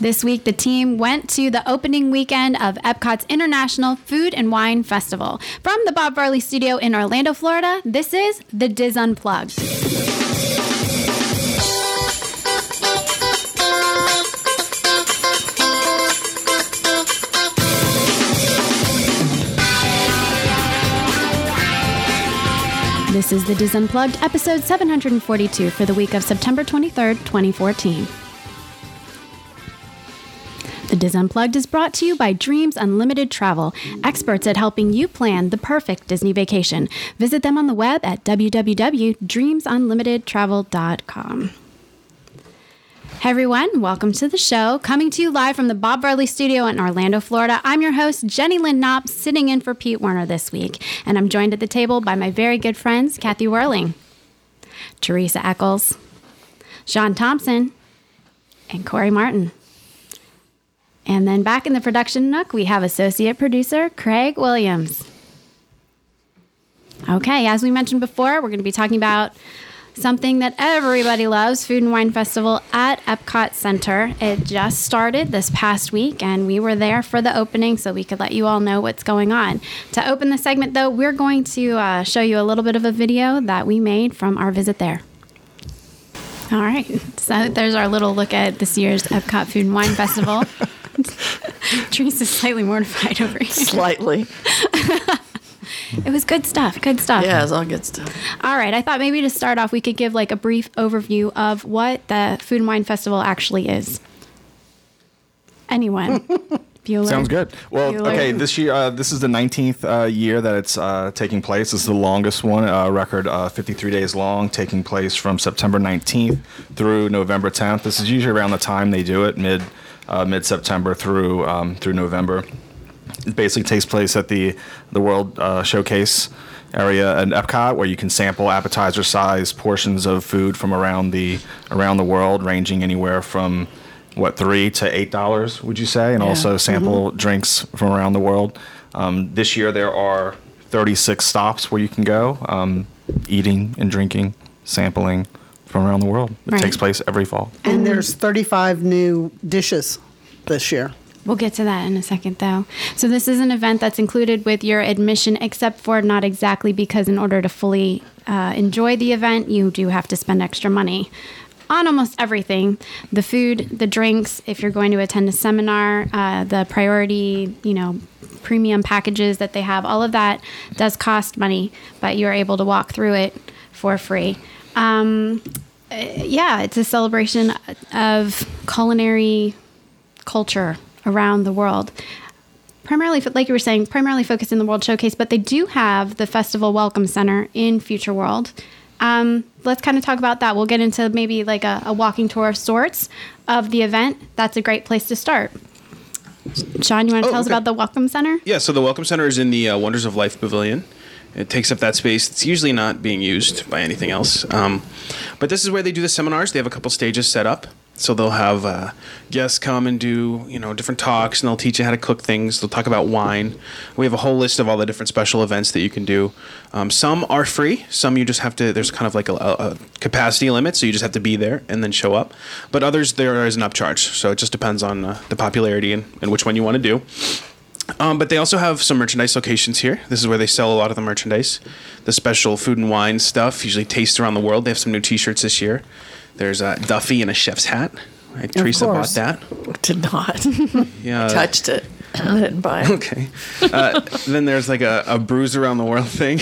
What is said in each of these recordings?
This week, the team went to the opening weekend of Epcot's International Food and Wine Festival. From the Bob Varley Studio in Orlando, Florida, this is The Diz Unplugged. This is The Diz Unplugged, episode 742 for the week of September 23rd, 2014. The Diz Unplugged is brought to you by Dreams Unlimited Travel, experts at helping you plan the perfect Disney vacation. Visit them on the web at www.dreamsunlimitedtravel.com. Hey everyone, welcome to the show. Coming to you live from the Bob Varley Studio in Orlando, Florida. I'm your host, Jenny Lynn Knopp, sitting in for Pete Werner this week. And I'm joined at the table by my very good friends, Kathy Whirling, Teresa Eccles, Sean Thompson, and Corey Martin. And then back in the production nook, we have associate producer Craig Williams. Okay, as we mentioned before, we're going to be talking about something that everybody loves Food and Wine Festival at Epcot Center. It just started this past week, and we were there for the opening so we could let you all know what's going on. To open the segment, though, we're going to uh, show you a little bit of a video that we made from our visit there. All right, so there's our little look at this year's Epcot Food and Wine Festival. Teresa's slightly mortified over here. Slightly. It was good stuff. Good stuff. Yeah, it's all good stuff. All right. I thought maybe to start off, we could give like a brief overview of what the Food and Wine Festival actually is. Anyone? Bueller. Sounds good. Well, Bueller. okay. This year, uh, this is the 19th uh, year that it's uh, taking place. This is the longest one uh, record, uh, 53 days long, taking place from September 19th through November 10th. This is usually around the time they do it, mid uh, mid September through um, through November. It basically takes place at the the World uh, Showcase area in Epcot, where you can sample appetizer-sized portions of food from around the around the world, ranging anywhere from what three to eight dollars, would you say? And also sample drinks from around the world. Um, this year there are 36 stops where you can go, um, eating and drinking, sampling from around the world. It Right. takes place every fall. And there's 35 new dishes this year. We'll get to that in a second, though. So, this is an event that's included with your admission, except for not exactly because, in order to fully uh, enjoy the event, you do have to spend extra money on almost everything the food, the drinks, if you're going to attend a seminar, uh, the priority, you know, premium packages that they have, all of that does cost money, but you're able to walk through it for free. Um, uh, yeah, it's a celebration of culinary culture around the world. Primarily, fo- like you were saying, primarily focused in the World Showcase, but they do have the Festival Welcome Center in Future World. Um, let's kind of talk about that. We'll get into maybe like a, a walking tour of sorts of the event. That's a great place to start. Sean, you want to Oh, tell us okay. about the Welcome Center? Yeah, so the Welcome Center is in the uh, Wonders of Life Pavilion. It takes up that space. It's usually not being used by anything else. Um, but this is where they do the seminars. They have a couple stages set up. So they'll have uh, guests come and do you know different talks, and they'll teach you how to cook things. They'll talk about wine. We have a whole list of all the different special events that you can do. Um, some are free. Some you just have to. There's kind of like a, a capacity limit, so you just have to be there and then show up. But others there is an upcharge. So it just depends on uh, the popularity and, and which one you want to do. Um, but they also have some merchandise locations here. This is where they sell a lot of the merchandise. The special food and wine stuff, usually tastes around the world. They have some new T-shirts this year. There's a Duffy in a chef's hat. Right, Teresa bought course. that. Did not Yeah. touched it. I didn't buy it. Okay. Uh, then there's like a, a bruise around the world thing.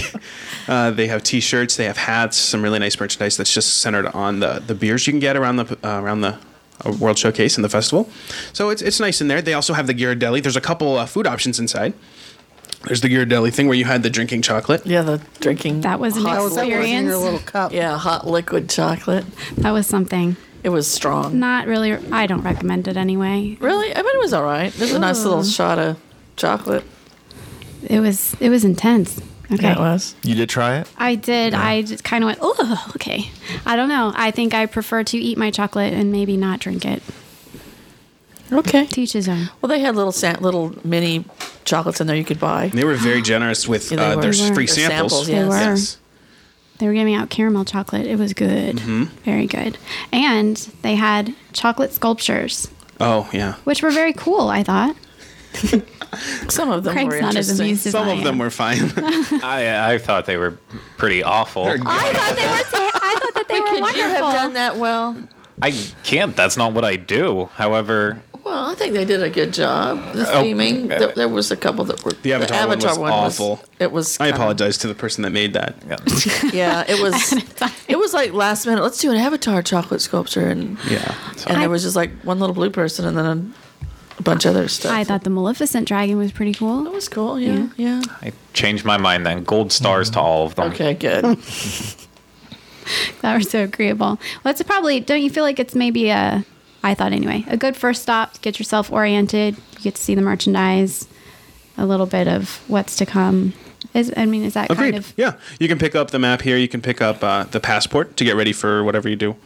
Uh, they have T-shirts. They have hats. Some really nice merchandise that's just centered on the the beers you can get around the uh, around the. uh, World Showcase and the festival, so it's it's nice in there. They also have the Ghirardelli. There's a couple uh, food options inside. There's the Ghirardelli thing where you had the drinking chocolate. Yeah, the drinking. That was an hot, That was in your Experience. little cup. yeah, hot liquid chocolate. That was something. It was strong. Not really. I don't recommend it anyway. Really, I mean, it was all right. There's a nice little shot of chocolate. It was. It was intense. Okay. Yeah, it was. You did try it? I did. I just kind of went, oh, okay. I don't know. I think I prefer to eat my chocolate and maybe not drink it. Okay. Teach his own. Well, they had little sa- little mini chocolates in there you could buy. They were very generous with Yeah, they uh, were. their They were. free Their samples, samples. They yes. were. Yes. They were giving out caramel chocolate. It was good. Very good. And they had chocolate sculptures Oh yeah. which were very cool, I thought. Some of them Craig's were not as interesting. amused as Some I of them am. were fine. I, I thought they were pretty awful. I thought they were. so- I thought that they were Could you wonderful. have done that well? I can't. That's not what I do. However, Well, I think they did a good job. The Oh, theming. uh, th- there was a couple that were. The Avatar one was awful. it was. I kinda- apologize to the person that made that. yeah. Yeah, it was. it was like last minute. Let's do an Avatar chocolate sculpture, and Yeah. and I- there was just like one little blue person, and then a bunch of other stuff. I thought Mm-hmm. the Maleficent dragon was pretty that cool. was cool. Yeah, yeah. I changed my mind then. Gold stars to all of them. Okay, good. That was so agreeable. Well, it's probably. Don't you feel like it's maybe a? I thought anyway. A good first stop. to Get yourself oriented. You get to see the merchandise. A little bit of what's to come. Is I mean, is that Agreed. kind of? Oh, Yeah. You can pick up the map here. You can pick up uh, the passport to get ready for whatever you do.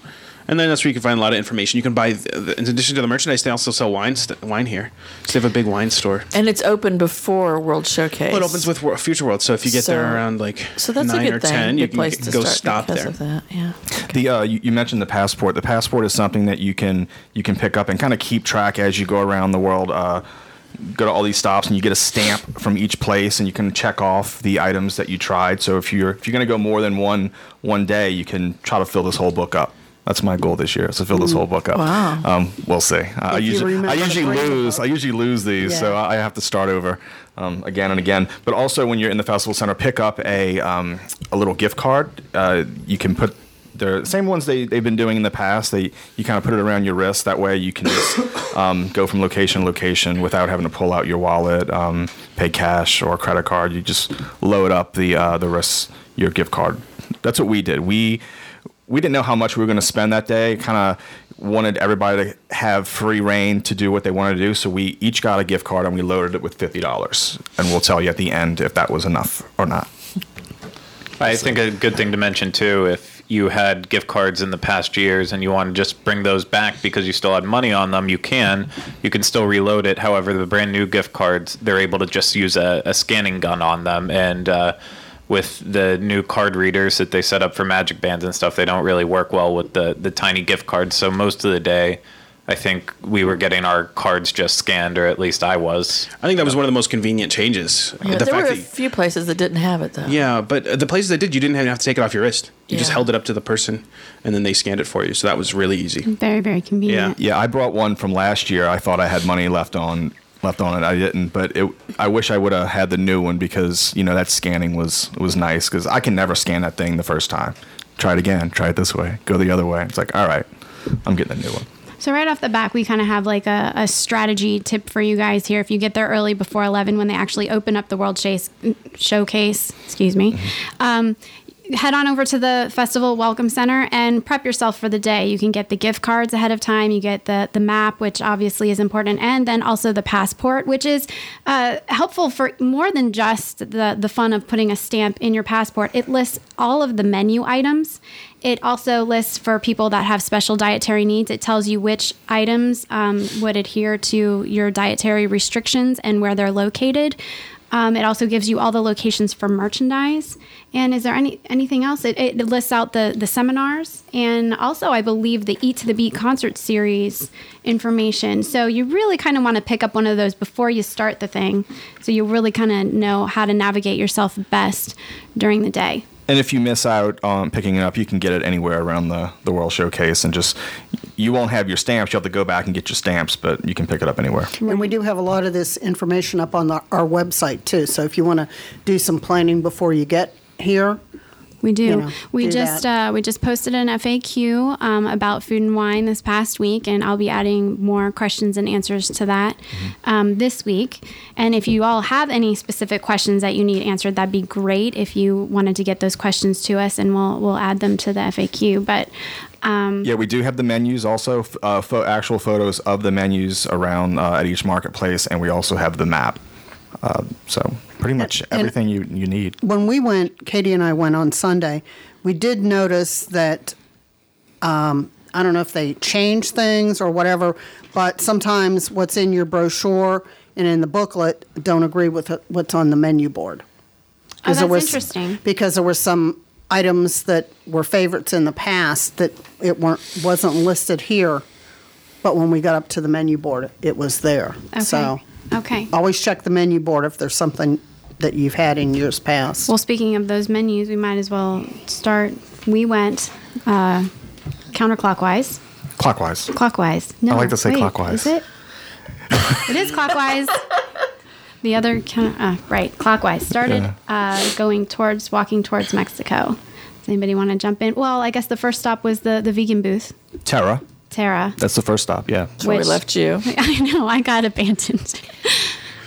And then that's where you can find a lot of information. You can buy, th- th- in addition to the merchandise, they also sell wine, st- wine here. So they have a big wine store. and it's open before World Showcase. Well, it opens with Wor- Future World. So if you get So- there around like so that's nine a good or thing. 10, good you can place g- to go start stop because there. Of that. Yeah. The uh, you, you mentioned the passport. The passport is something that you can you can pick up and kind of keep track as you go around the world. Uh, go to all these stops and you get a stamp from each place, and you can check off the items that you tried. So if you're if you're going to go more than one one day, you can try to fill this whole book up. That's my goal this year is to fill this whole book up. Wow. Um, we'll see. I, I If you usually remember I to usually bring the lose. I usually lose these, so Yeah. I I have to start over um, again and again. But also, when you're in the festival center, pick up a um, a little gift card. Uh, you can put the same ones they they've been doing in the past. They you kind of put it around your wrist. That way, you can just um, go from location to location without having to pull out your wallet, um, pay cash or credit card. You just load up the uh, the wrist your gift card. That's what we did. We we didn't know how much we were going to spend that day. Kind of wanted everybody to have free reign to do what they wanted to do. So we each got a gift card and we loaded it with fifty dollars, and we'll tell you at the end if that was enough or not. I think a good thing to mention too, if you had gift cards in the past years and you want to just bring those back because you still had money on them, you can. You can still reload it. However, the brand new gift cards, they're able to just use a, a scanning gun on them. And uh, with the new card readers that they set up for Magic Bands and stuff, they don't really work well with the, the tiny gift cards. So most of the day, I think we were getting our cards just scanned, or at least I was. I think that was one of the most convenient changes. Yeah, the there were fact a that you- few places that didn't have it though. yeah, but uh, the places that did, you didn't have to take it off your wrist. You just Yeah. held it up to the person and then they scanned it for you. So that was really easy. Very very convenient. Yeah, I brought one from last year. I thought I had money left on left on it. I didn't, but it, I wish I would have had the new one because you know that scanning was was nice because I can never scan that thing the first time. Try it again. Try it this way. Go the other way. It's like all right, I'm getting a new one. So right off the back, we kind of have like a, a strategy tip for you guys here. If you get there early before eleven, when they actually open up the World Chase mm, Showcase, excuse me, um, head on over to the Festival Welcome Center and prep yourself for the day. You can get the gift cards ahead of time. You get the the map, which obviously is important, and then also the passport, which is uh, helpful for more than just the the fun of putting a stamp in your passport. It lists all of the menu items. It also lists for people that have special dietary needs. It tells you which items um, would adhere to your dietary restrictions and where they're located. Um, it also gives you all the locations for merchandise. And is there any anything else? It, it lists out the the seminars and also I believe the Eat to the Beat concert series information. So you really kind of want to pick up one of those before you start the thing, so you really kind of know how to navigate yourself best during the day. And if you miss out on picking it up, you can get it anywhere around the, the World Showcase and just, you won't have your stamps. You'll have to go back and get your stamps, but you can pick it up anywhere. And we do have a lot of this information up on the, our website too. So if you want to do some planning before you get here, We do. you know, we do just that. uh, we just posted an FAQ um, about food and wine this past week, and I'll be adding more questions and answers to that um, this week. And if you all have any specific questions that you need answered, that'd be great. If you wanted to get those questions to us, and we'll we'll add them to the FAQ. But um, Yeah, we do have the menus also, f- uh, fo- actual photos of the menus around uh, at each marketplace, and we also have the map. Uh, so pretty much and- everything you, you need. when we went, Katie and I went on Sunday, we did notice that um, I don't know if they change things or whatever, but sometimes what's in your brochure and in the booklet don't agree with what's on the menu board. oh, there that's was- interesting. Because there were some items that were favorites in the past that it weren't wasn't listed here But when we got up to the menu board, it was there. Okay. So okay. always check the menu board if there's something that you've had in years past. Well, speaking of those menus, we might as well start. We went uh, counterclockwise. Clockwise. Clockwise. No, I like to say wait, clockwise. Is it? it is clockwise. The other counter, uh, right, clockwise. Started uh, going towards, walking towards Mexico. Does anybody want to jump in? Well, I guess the first stop was the, the vegan booth, Terra. Tara. That's the first stop. Yeah. Where we which- left you. I know I got abandoned.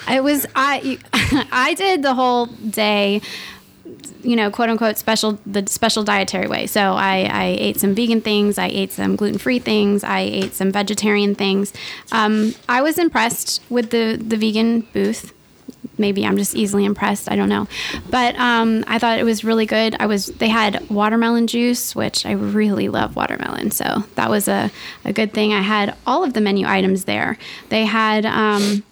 It was I. I did the whole day, you know, quote unquote special the special dietary way. So I, I ate some vegan things, I ate some gluten free things, I ate some vegetarian things. Um, I was impressed with the the vegan booth. Maybe I'm just easily impressed. I don't know, but um, I thought it was really good. I was they had watermelon juice, which I really love watermelon, so that was a, a good thing. I had all of the menu items there. They had um,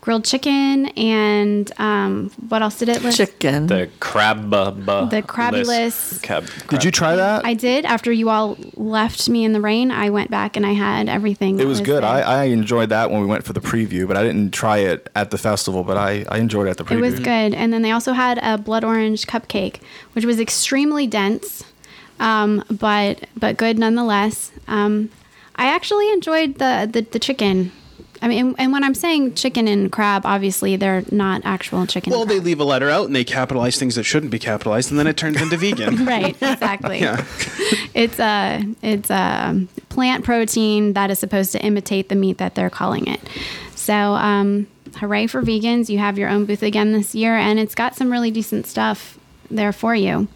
grilled chicken and um, what else did it list? Chicken. The crab The crabby list. Cab, Did you try that? I did. After you all left me in the rain, I went back and I had everything. it was good. there. I, I enjoyed that when we went for the preview, but I didn't try it at the festival. But I, I enjoyed it at the preview. it was good. And then they also had a blood orange cupcake, which was extremely dense, um, but but good nonetheless. Um, I actually enjoyed the the, the chicken. I mean, and, and when I'm saying chicken and crab, obviously they're not actual chicken. Well, and they crab. leave a letter out and they capitalize things that shouldn't be capitalized, and then it turns into vegan. right exactly it's a it's a plant protein that is supposed to imitate the meat that they're calling it so um, hooray for vegans you have your own booth again this year and it's got some really decent stuff there for you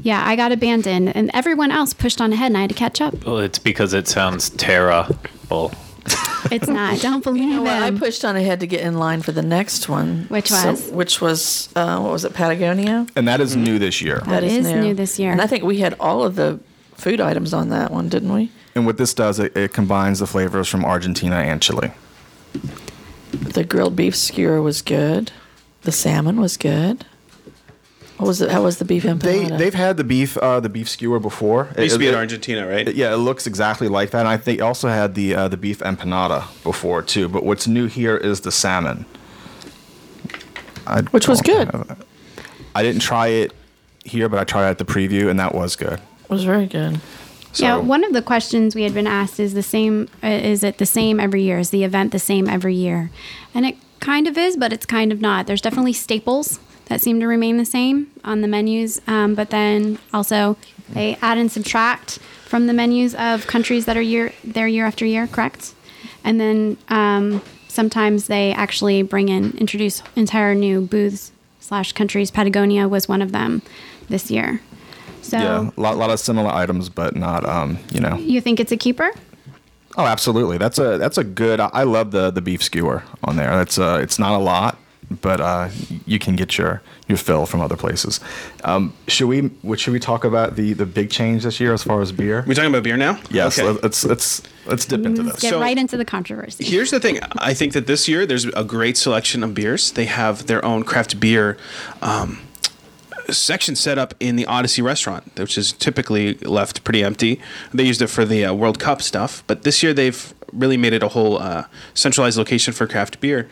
yeah i got abandoned and everyone else pushed on ahead and i had to catch up Well, it's because it sounds terrible. it's not don't believe You know what? I them. pushed on ahead to get in line for the next one, Which So- was? which was uh, what was it? Patagonia. And that is new this year. That is new this year. and I think we had all of the food items on that one, didn't we? And what this does, it, it combines the flavors from Argentina and Chile. The grilled beef skewer was good. The salmon was good. What was it? How was the beef They empanada? they've had the beef uh, the beef skewer before. It used to be in It- it- Argentina, right? Yeah, it looks exactly like that. And I think they also had the uh, the beef empanada before too. But what's new here is the salmon, I Which was don't good. have it. I didn't try it here, but I tried it at the preview, and that was good. was very good. So, yeah, one of the questions we had been asked is the same. Uh, is it the same every year? Is the event the same every year? And it kind of is, but it's kind of not. There's definitely staples that seem to remain the same on the menus, um, but then also they add and subtract from the menus of countries that are year there year after year. Correct, and then um, sometimes they actually bring in introduce entire new booths slash countries. Patagonia was one of them this year. So. yeah, a lot, lot of similar items, but not um, you know. You think it's a keeper? Oh, absolutely. That's a that's a good. I- I love the the beef skewer on there. That's uh, it's not a lot, but uh, you can get your your fill from other places. Um, should we what, should we talk about the the big change this year as far as beer? we talking about beer now? Yes, uh, Okay. let- let's let's let's dip into Let's this. get So- right into the controversy. Here's the thing. I think that this year there's a great selection of beers. They have their own craft beer um, section set up in the Odyssey restaurant, which is typically left pretty empty. They used it for the uh, World Cup stuff, but this year they've really made it a whole uh, centralized location for craft beer.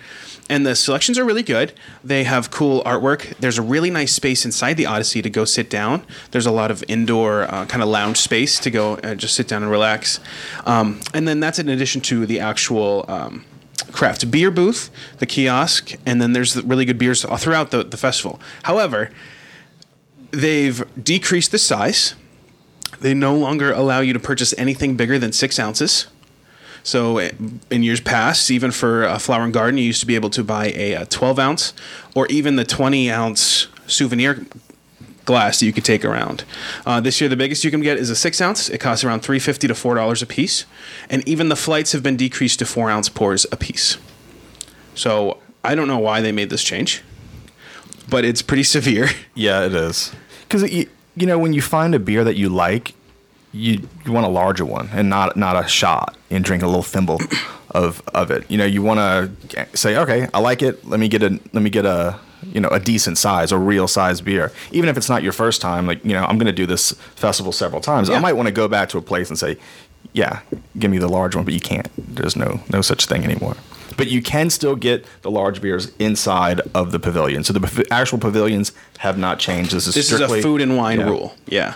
And the selections are really good. They have cool artwork. There's a really nice space inside the Odyssey to go sit down. There's a lot of indoor uh, kind of lounge space to go uh, just sit down and relax. Um, and then that's in addition to the actual. Um, craft beer booth, the kiosk, and then there's the really good beers throughout the, the festival. However, they've decreased the size. They no longer allow you to purchase anything bigger than six ounces. So eh, in years past, even for a flower and garden, you used to be able to buy a, uh 12 ounce or even the 20 ounce souvenir glass that you could take around. Uh, this year, the biggest you can get is a six ounce. It costs around 350 to four dollars a piece, and even the flights have been decreased to four ounce pours a piece. So I don't know why they made this change, but it's pretty severe. Yeah, it is. Because you, you know when you find a beer that you like, you you want a larger one and not not a shot and drink a little thimble of of it. You know you want to say okay, I like it. Let me get a let me get a you know a decent size, a real size beer. Even if it's not your first time, like you know I'm going to do this festival several times. I Yeah. might want to go back to a place and say. yeah, give me the large one, but you can't. There's no no such thing anymore. But you can still get the large beers inside of the pavilion. So the pav- actual pavilions have not changed. This is This is strictly a food and wine yeah. rule. Yeah.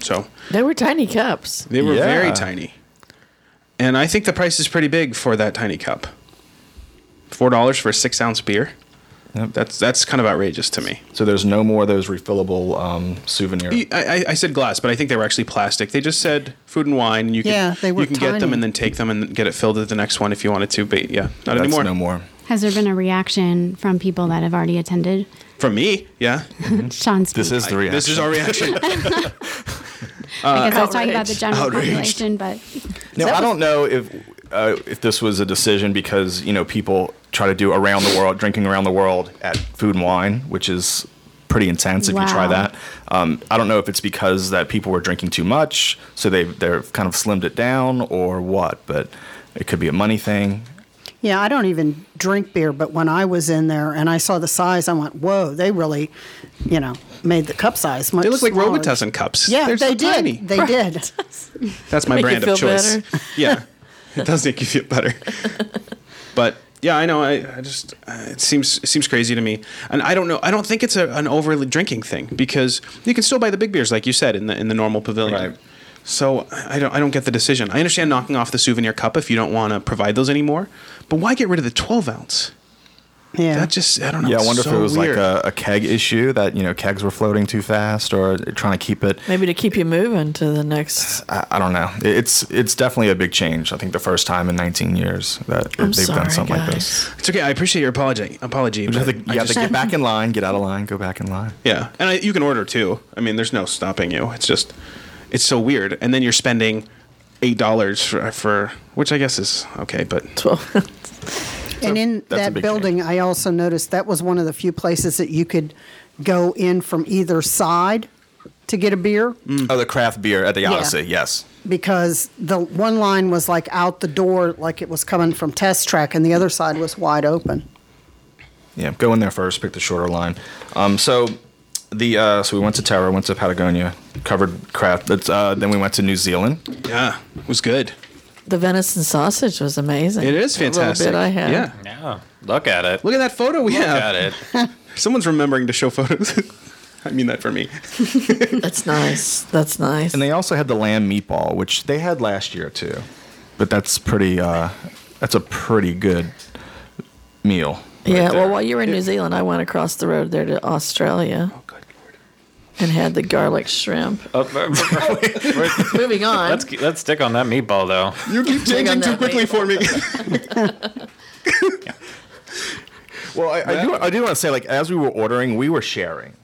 So They were tiny cups. they were very Yeah. tiny. And I think the price is pretty big for that tiny cup. Four dollars for a six ounce beer. Yep. That's that's kind of outrageous to me. So there's no more of those refillable um, souvenir. I, I, I said glass, but I think they were actually plastic. They just said food and wine, and you can Yeah, they were you can get them tiny. and then take them and get it filled at the next one if you wanted to. But yeah, not That's anymore. no more. Has there been a reaction from people that have already attended? For me, yeah, Mm-hmm. Sean's. This is the reaction. this is our reaction. I guess I was talking about outraged. the general Outraged. population, but Now, I don't know if uh, if this was a decision because you know people try to do around the world drinking around the world at food and wine, which is pretty intense if you try Wow. that. Um, I don't know if it's because that people were drinking too much, so they they've kind of slimmed it down or what, but it could be a money thing. Yeah, I don't even drink beer, but when I was in there and I saw the size, I went, "Whoa, they really, you know, made the cup size much." they look like smaller." Robitussin cups. Yeah, They're they so did. tiny. They did. That's my Make you brand of feel choice. better. yeah, it does make you feel better. but yeah, I know. I, I just uh, it seems it seems crazy to me, and I don't know. I don't think it's a, an overly drinking thing because you can still buy the big beers, like you said, in the in the normal pavilion. Right. So I I don't I don't get the decision. I understand knocking off the souvenir cup if you don't want to provide those anymore, but why get rid of the twelve ounce? Yeah. That just I don't know. Yeah, I it's wonder if so it was weird. like a, a keg issue that you know kegs were floating too fast or trying to keep it Maybe to keep you moving to the next. I, I don't know. It- It's it's definitely a big change. I think the first time in 19 years that I'm they've sorry, done something like guys. this. It's okay. I appreciate your apology. Apology. You have but to, I you have to just- get back in line, get out of line, go back in line. Yeah, and I, you can order too. I mean, there's no stopping you. It's just, it's so weird. And then you're spending eight dollars for, for which I guess is okay, but Well, and in that's a that big building, change. I also noticed that was one of the few places that you could go in from either side to get a beer Mm. Oh, the craft beer at the Odyssey, yes. because the one line was like out the door, like it was coming from test track, and the other side was wide open. Yeah, go in there first, pick the shorter line. Um, so the uh, so we went to Terra, went to Patagonia, covered craft. That's, uh, then we went to New Zealand. yeah, it was good. the venison sausage was amazing. It is That little fantastic. bit I had. Yeah, Yeah. Look at it. look at that photo we have. at it. Someone's remembering to show photos. I mean that for me. That's nice. That's nice. And they also had the lamb meatball, which they had last year too. But that's pretty uh, that's a pretty good meal. yeah. there. Well, while you were in New Zealand, I went across the road there to Australia Oh, good lord. and had the garlic shrimp. Oh. Oh, Moving on. let's let's stick on that meatball though. You keep changing on too that quickly for me. Well, I, I do. I do want to say, like, as we were ordering, we were sharing.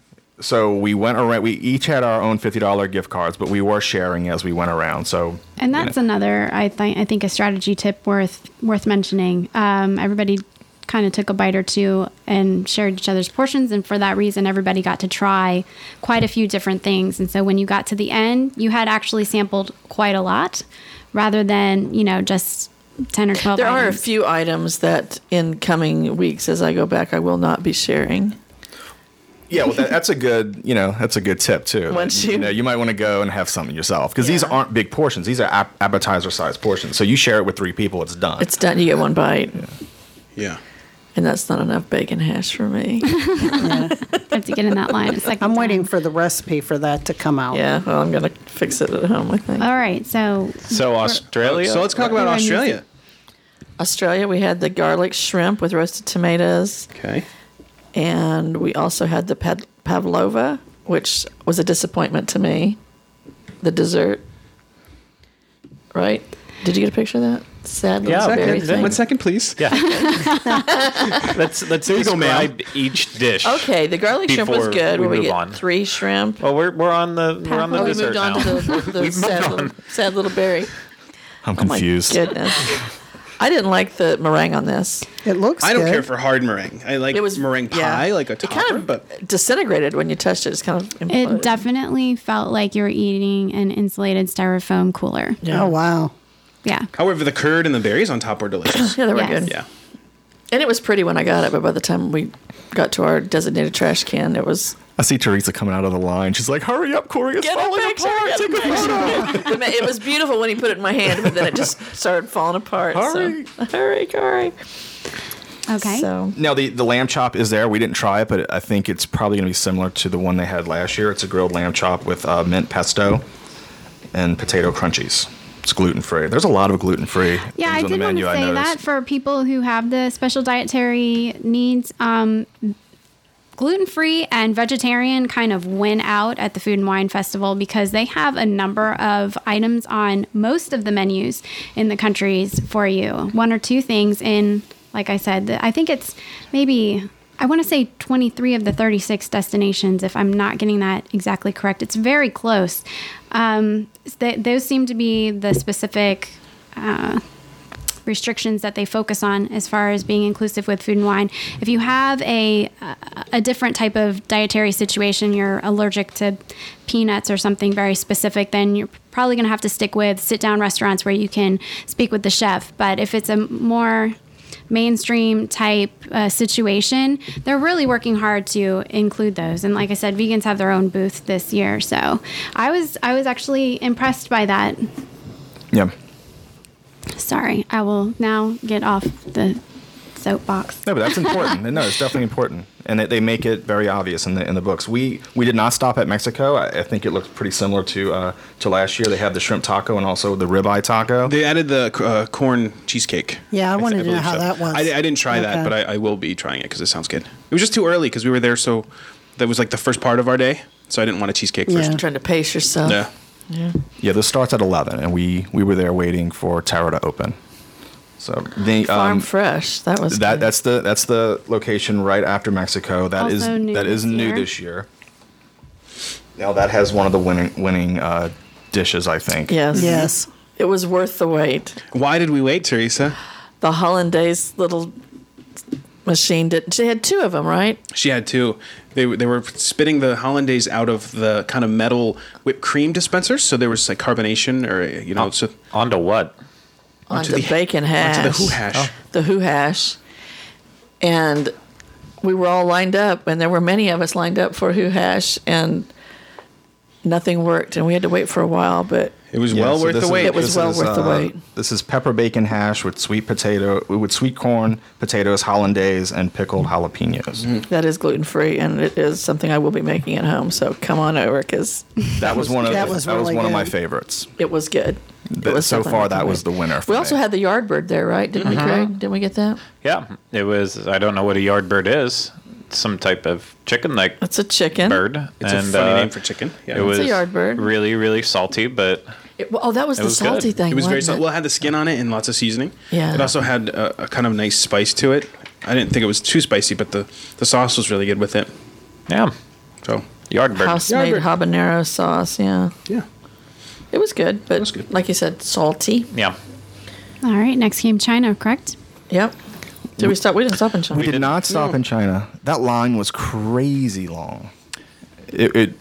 So we went around. We each had our own fifty dollar gift cards, but we were sharing as we went around. So and that's another I think I think a strategy tip worth worth mentioning. Um, everybody kind of took a bite or two and shared each other's portions, and for that reason, everybody got to try quite a few different things. And so when you got to the end, you had actually sampled quite a lot, rather than you know just ten or twelve. There are a items. few items that in coming weeks, as I go back, I will not be sharing. yeah, well, that, that's a good. You know, that's a good tip too. Once you, you- know, you might want to go and have something yourself because these Yeah. aren't big portions. These are ap- appetizer sized portions. So you share it with three people, it's done. It's done. You get one bite, yeah. and that's not enough bacon hash for me. Have to get in that line. It's like I'm waiting for the recipe for that to come out. yeah. Well, I'm gonna fix it at home. I think. All right, so So Australia. So let's talk We're in about New Australia. Australia, we had the garlic shrimp with roasted tomatoes, Okay. and we also had the pad- pavlova, which was a disappointment to me. The dessert, right? Did you get a picture of that? Sad little Yeah, berry Second. thing. One second, please. Yeah. let's let's you go, ma'am. Oh. describe each dish. Okay, the garlic shrimp was Before good. we Where we move get on. three shrimp. Well, we're we're on the we're on the Oh, we dessert moved on now. to the, the sad, little, sad little berry. I'm oh My confused. goodness. I didn't like the meringue on this. It looks. I don't good. care for hard meringue. I like It was meringue yeah. pie, like a It topper, kind of but disintegrated when you touched it. It's kind of It imploded. definitely felt like you were eating an insulated styrofoam cooler. Yeah. Oh wow. Yeah. however, the curd and the berries on top were delicious. Yeah, they were Yes. good. yeah. And it was pretty when I got it, but by the time we got to our designated trash can, it was I see Teresa coming out of the line. She's like, "Hurry up, Corey! It's Get a falling picture, apart. get a Take a photo." picture. it was beautiful when he put it in my hand, but then it just started falling apart. Hurry. So. Hurry, Corey. Okay. So Now the the lamb chop is there. We didn't try it, but I think it's probably going to be similar to the one they had last year. It's a grilled lamb chop with uh, mint pesto and potato crunchies. It's gluten free. There's a lot of gluten free. Yeah, I did want to say that for people who have the special dietary needs, um, gluten free and vegetarian kind of win out at the Food and Wine Festival because they have a number of items on most of the menus in the countries for you. One or two things in, like I said, the- I think it's maybe. I want to say 23 of the 36 destinations, if I'm not getting that exactly correct. It's very close. Um, th- those seem to be the specific restrictions that they focus on as far as being inclusive with food and wine. If you have a a different type of dietary situation, you're allergic to peanuts or something very specific, then you're probably going to have to stick with sit down restaurants where you can speak with the chef. But if it's a more mainstream type uh, situation, they're really working hard to include those. And like I said, vegans have their own booth this year, so I was I was actually impressed by that yeah. Sorry, I will now get off the soapbox. No, but that's important. no, it's definitely important, and they, they make it very obvious in the in the books. We we did not stop at Mexico. I, I think it looks pretty similar to uh, to last year. They had the shrimp taco and also the ribeye taco. They added the uh, corn cheesecake. Yeah, I th- wanted to know believe how that was. I, I didn't try Okay. that, but I, I will be trying it because it sounds good. It was just too early because we were there, so that was like the first part of our day. So I didn't want a cheesecake Yeah. first. trying to pace yourself. Yeah. Yeah, this starts at eleven, and we we were there waiting for Tara to open. So the Farm um, fresh. That was that good. that's the that's the location right after Mexico. That is Also new that is this new year. this year. Now that has one of the winning winning uh, dishes, I think. yes. Yes. It was worth the wait. Why did we wait, Teresa? The hollandaise little machine did. She had two of them, right? She had two. They were- they were spitting the hollandaise out of the kind of metal whipped cream dispensers, so there was like carbonation or you Oh. know, so Onto what? Onto, the- the, bacon hash. onto the hoo hash. the Who Hash, and we were all lined up, and there were many of us lined up for Who Hash, and nothing worked, and we had to wait for a while. But It was Yeah, well so worth this the is- wait. It was this well is, worth the uh, wait. This is pepper bacon hash with sweet potato with sweet corn, potatoes, hollandaise, and pickled jalapenos. that is gluten free, and it is something I will be making at home. So come on over because That was one of That that was, was really one of my good. favorites. it was good. It That- was so something far, I can that was make. the winner for We also me. had the Yardbird there, right? Didn't we, Craig? Didn't we get that? Yeah, it was. I don't know what a yard bird is. Some type of chicken like It's a chicken bird. uh, It's a funny uh, name for chicken. Yeah. It was It's a yard bird. Really, really salty, but It- well, oh, that was the was good. salty thing. It was very wasn't salt. Well, it had the skin on it and lots of seasoning. Yeah. It also had a, a kind of nice spice to it. I didn't think it was too spicy, but the, the sauce was really good with it. yeah, So yard bird. House made Yardbird. habanero sauce. Yeah, yeah, it was good, but was good. like you said, salty. Yeah, All right, next came China, correct? Yep. Did we stop? We didn't stop in China. We did not stop Mm. in China. That line was crazy long. It, it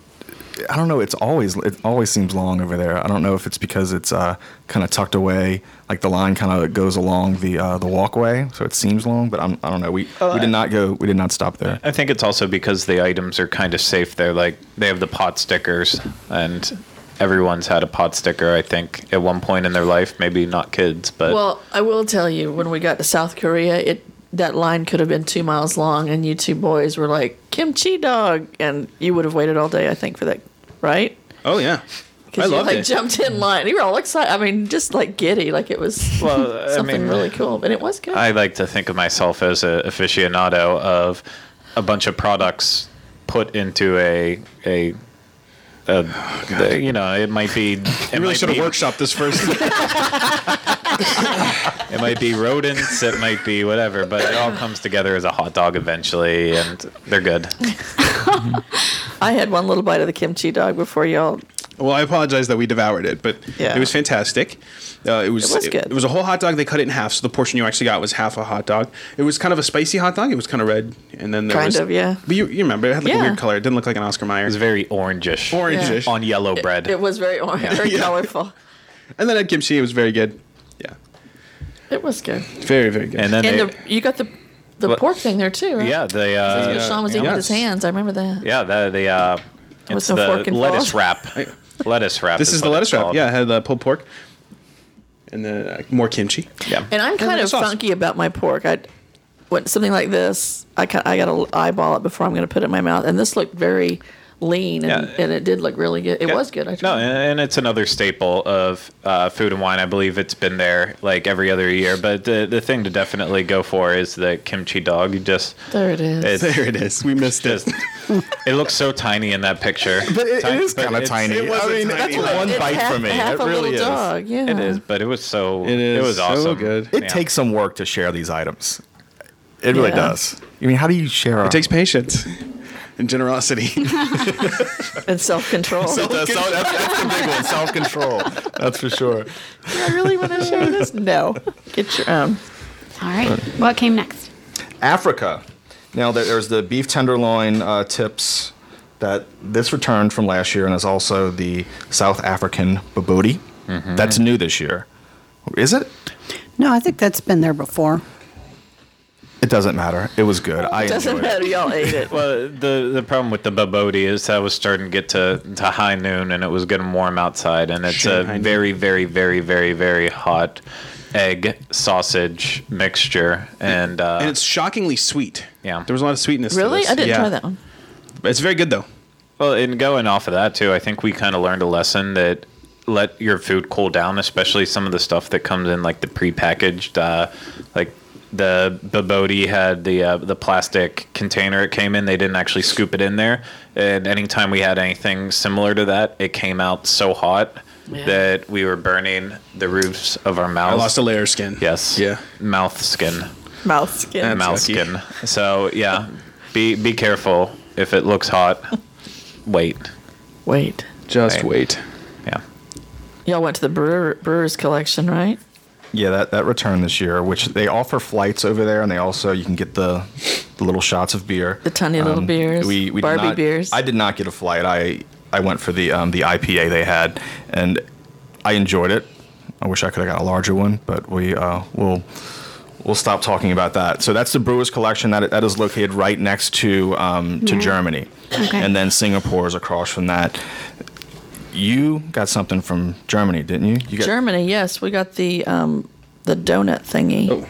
I don't know. It's always it always seems long over there. I don't know if it's because it's uh, kind of tucked away, like the line kind of goes along the uh, the walkway, so it seems long. But I'm, I don't know. We Oh, we did not go. We did not stop there. I think it's also because the items are kind of safe. They're like they have the pot stickers, and everyone's had a pot sticker. I think at one point in their life, maybe not kids, but Well, I will tell you, when we got to South Korea, it that line could have been two miles long, and you two boys were like kimchi dog, and you would have waited all day, I think, for that, right? oh yeah. I you loved like it. jumped in line. You were all excited. I mean, just like giddy, like it was Well, I something mean, really cool. But it was good. I like to think of myself as a aficionado of a bunch of products put into a a. a the- you know, it might be. It Oh, You really might should have be- workshopped this first. It might be rodents. It might be whatever, but it all comes together as a hot dog eventually, and they're good. I had one little bite of the kimchi dog before y'all. well, I apologize that we devoured it, but Yeah. it was fantastic. Uh, it was It was good. It, was a whole hot dog. They cut it in half, so the portion you actually got was half a hot dog. It was kind of a spicy hot dog. It was kind of red, and then there Kind was, of, yeah. But you, you remember it had like a Yeah. weird color. It didn't look like an Oscar Mayer. It's very orangish, Orange-ish. on yellow bread. It was very orange, very colorful. And then I had kimchi. It was very good. Yeah, It was good. very very good. and then And they, the, you got the the What- pork thing there too, right? Yeah, the uh, That's what Sean was eating with his Yes. hands. I remember that. Yeah, the the uh, With it's the the, fork and lettuce fork. wrap. lettuce wrap. This is the what lettuce it's wrap. called. Yeah, I had the pulled pork and the uh, more kimchi. yeah. And I'm kind the of sauce. funky about my pork. I when something like this, I ca- I got to eyeball it before I'm going to put it in my mouth. And this looked very lean, and, Yeah. and it did look really good. It was good. I no, tried. and and it's another staple of uh, food and wine. I believe it's been there like every other year. But the the thing to definitely go for is the kimchi dog. You just there it is. it's There it is. We missed it. just it looks so tiny in that picture. But it, it Tiny- is but kind of it's- tiny. it was I a mean, tiny that's one. one It's bite half- for me. half It a really little is. dog. Yeah. It is, but it was so It it, is was so awesome. good. It Yeah. takes some work to share these items. It really Yeah. does. I mean, how do you share? a- It takes patience and generosity. And self control. It does. Self- that's, that's the big one. Self control. That's for sure. I really want to share this. No, get your um, own. All right. What came next? Africa. Now there, there's the beef tenderloin uh, tips that this returned from last year, and is also the South African babodi. That's new this year. Is it? No, I think that's been there before. It doesn't matter. It was good. I Doesn't enjoyed it. matter. Y'all ate it. Well, the the problem with the babodi is that was starting to get to, to high noon and it was getting warm outside, and it's Sure, a high noon. very, very, very, very, very hot egg sausage mixture, and, uh, and it's shockingly sweet. Yeah. There was a lot of sweetness. to Really? this. I didn't Yeah. try that one. It's very good though. well, and going off of that too, I think we kind of learned a lesson that let your food cool down, especially some of the stuff that comes in like the prepackaged, uh, like. The babodi had the uh, the plastic container it came in. They didn't actually scoop it in there. And anytime we had anything similar to that, it came out so hot Yeah. that we were burning the roofs of our mouths. I lost a layer of skin. Yes. Yeah. Mouth skin. Mouth skin. That's mouth yucky. skin. So yeah, be be careful. If it looks hot, wait. Wait. Just Right. wait. Yeah. Y'all went to the brewer, Brewers Collection, right? Yeah, that, that returned this year, which they offer flights over there, and they also you can get the, the little shots of beer, Um, The tiny little beers, did Barbie not- beers. I did not get a flight. I I went for the um, the IPA they had, and I enjoyed it. I wish I could have got a larger one, but we uh, will we'll stop talking about that. So that's the Brewers Collection that that is located right next to um, to Yeah. Germany, Okay. and then Singapore is across from that. You got something from Germany, didn't you? You got Germany, yes. We got the um, the donut thingy Oh.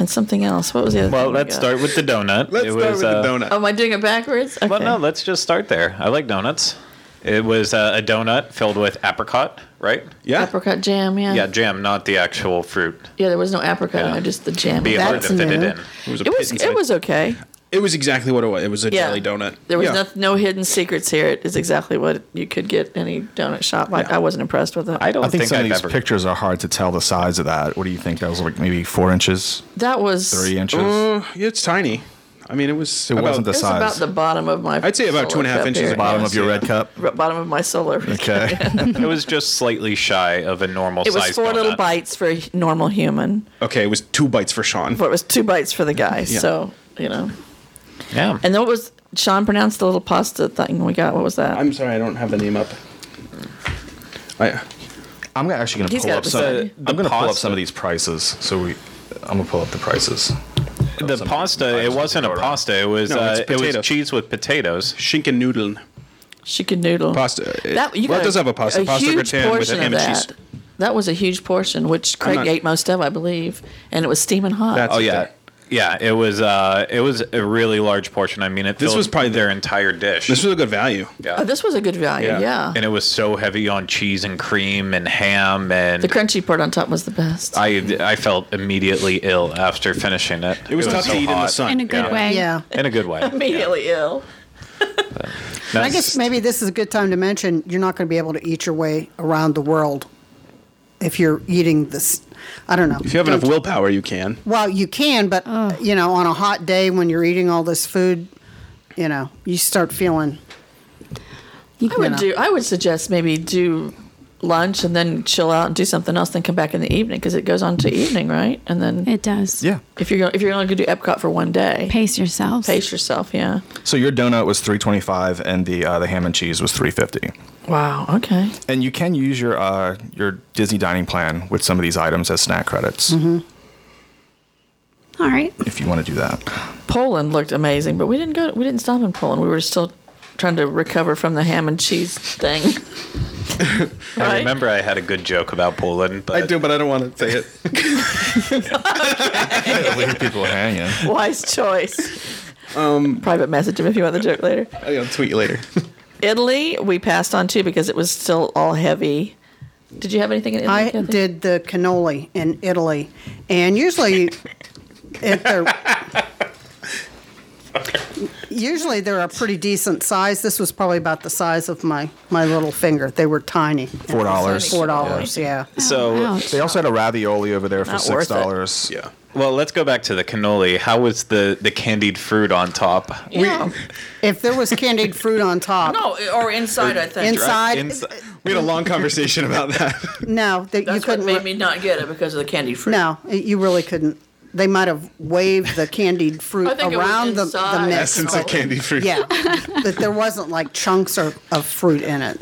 and something else. What was the other Well, thing we let's got? start with the donut. Let's start with uh, the donut. Oh, am I doing it backwards? Okay. Well, no, let's just start there. I like donuts. It was uh, a donut filled with apricot, right? yeah. apricot jam, yeah. Yeah, jam, not the actual fruit. Yeah, there was no apricot in Yeah. there, just the jam. Be hard That's to fit it new. in. It was, a it was pittance. it was okay. It was exactly what it was. It was a Yeah. jelly donut. There was Yeah. no, no hidden secrets here. It is exactly what you could get any donut shop. I, Yeah. I wasn't impressed with it. I don't I think, think, some I've of these ever. pictures are hard to tell the size of that. What do you think? That was like maybe four inches, that was three inches. Uh, yeah, it's tiny. I mean, it was. it about- wasn't the it was size. about the bottom of my. I'd say about two and a half solar cup inches here. above. bottom Yeah, of your yeah. red cup. Yeah. Bottom of my solar. Okay. it was just slightly shy of a normal It size. was four little donut. bites for a normal human, Okay, it was two bites for Sean. but it was two bites for the guy. Yeah. So you know. Yeah. And then what was Sean pronounced the little pasta thing we got? What was that? I'm sorry, I don't have the name up. I, I'm gonna- actually going He's to pull got up it some. beside you. I'm going to pull up pasta. some of these prices. So we, I'm going to pull up the prices. the pasta, it wasn't a pasta. It was No, it's uh, it was potatoes. cheese with potatoes. Schinken Nudeln. Chicken noodle. Pasta. That you well, got it does have a pasta. pasta huge gratin with portion ham of and that. cheese. That was a huge portion, which Craig not- ate most of, I believe, and it was steaming hot. That's- Oh yeah, yeah. It was uh, it was a really large portion. I mean, it This filled was probably their entire dish. This was a good value. oh, this was a good value. Yeah. Yeah. and it was so heavy on cheese and cream and ham and the crunchy part on top was the best. I I felt immediately ill after finishing it. It was tough so to eat in the hot. sun. In a good Yeah. way. Yeah. In a good way. Immediately ill. No, I guess maybe this is a good time to mention you're not going to be able to eat your way around the world if you're eating this. I don't know. If you have enough willpower, you can. well, you can, but you know, on a hot day when you're eating all this food, you know, you start feeling. I would know. do. I would suggest maybe do lunch and then chill out and do something else, then come back in the evening because it goes on to evening, right? And then It does. Yeah. if you're go- if you're only going to do Epcot for one day, Pace yourselves. pace yourself. Yeah. So your donut was 325, and the uh, the ham and cheese was 350. Wow. Okay. And you can use your uh, Mm-hmm. your Disney dining plan with some of these items as snack credits. All right. if you want to do that. Poland looked amazing, but we didn't go. We didn't stop in Poland. We were still trying to recover from the ham and cheese thing. I Right? remember I had a good joke about Poland, but I do, but I don't want to say it. Leave people hanging. Wise choice. Um, Private message him if you want the joke later. I'll tweet you later. Italy, we passed on too because it was still all heavy. Did you have anything in Italy? I Kathy? did the cannoli in Italy, and usually, at the usually they're a pretty decent size. This was probably about the size of my my little finger. They were tiny. Four dollars. Four dollars. Yeah. so Ouch. They also had a ravioli over there for Not six worth it. dollars. Yeah. well, let's go back to the cannoli. How was the the candied fruit on top? Yeah. If there was candied fruit on top, no, or inside, I think. inside, Inside- We had a long conversation about that. no, that you That's what couldn't. made re- me not get it because of the candied fruit. No, you really couldn't. They might have waved the candied fruit I think it was around the, the inside. mix. Essence of candy fruit. Oh, Yeah, but there wasn't like chunks of, of fruit in it.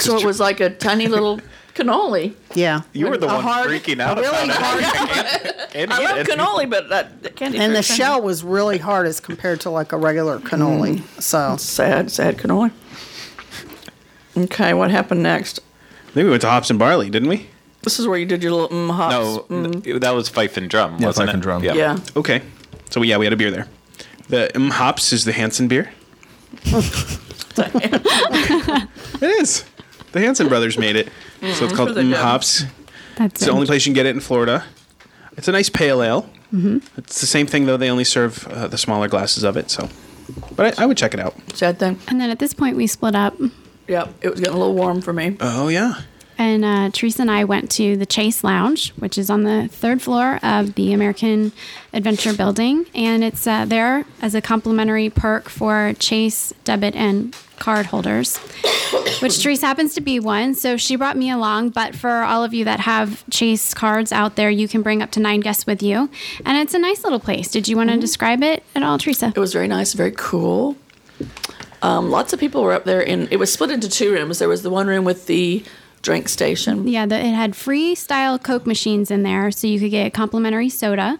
So it was like a tiny little cannoli. Yeah, You were the A one hard- freaking a out really about hard, it. I love cannoli, but that, the candied and fruit the thing- shell was really hard as compared to like a regular cannoli. Mm. So Sad, sad cannoli. Okay, what happened next? Maybe we went to hops and barley, didn't we? This is where you did your little mm, hops. No, th- that was Fife and Drum, Yeah, wasn't Fife it? and Drum. Mm, yeah. Okay. So yeah, we had a beer there. The M Hops is the Hansen beer. it is. The Hansen brothers made it. so it's called sure they M did. Hops. That's It's the only place you can get it in Florida. It's a nice pale ale. It's the same thing though. They only serve uh, the smaller glasses of it. So, but I, I would check it out. Sad thing. And then at this point, we split up. Yeah, it was getting a little warm for me. Oh yeah. And uh, Teresa and I went to the Chase Lounge, which is on the third floor of the American Adventure Building. And it's uh, there as a complimentary perk for Chase debit and card holders, which Teresa happens to be one. So she brought me along. But for all of you that have Chase cards out there, you can bring up to nine guests with you. And it's a nice little place. Did you want to describe it at all, Teresa? It was very nice, very cool. Um, lots of people were up there, and it was split into two rooms. There was the one room with the drink station. yeah, the, it had freestyle Coke machines in there, so you could get complimentary soda.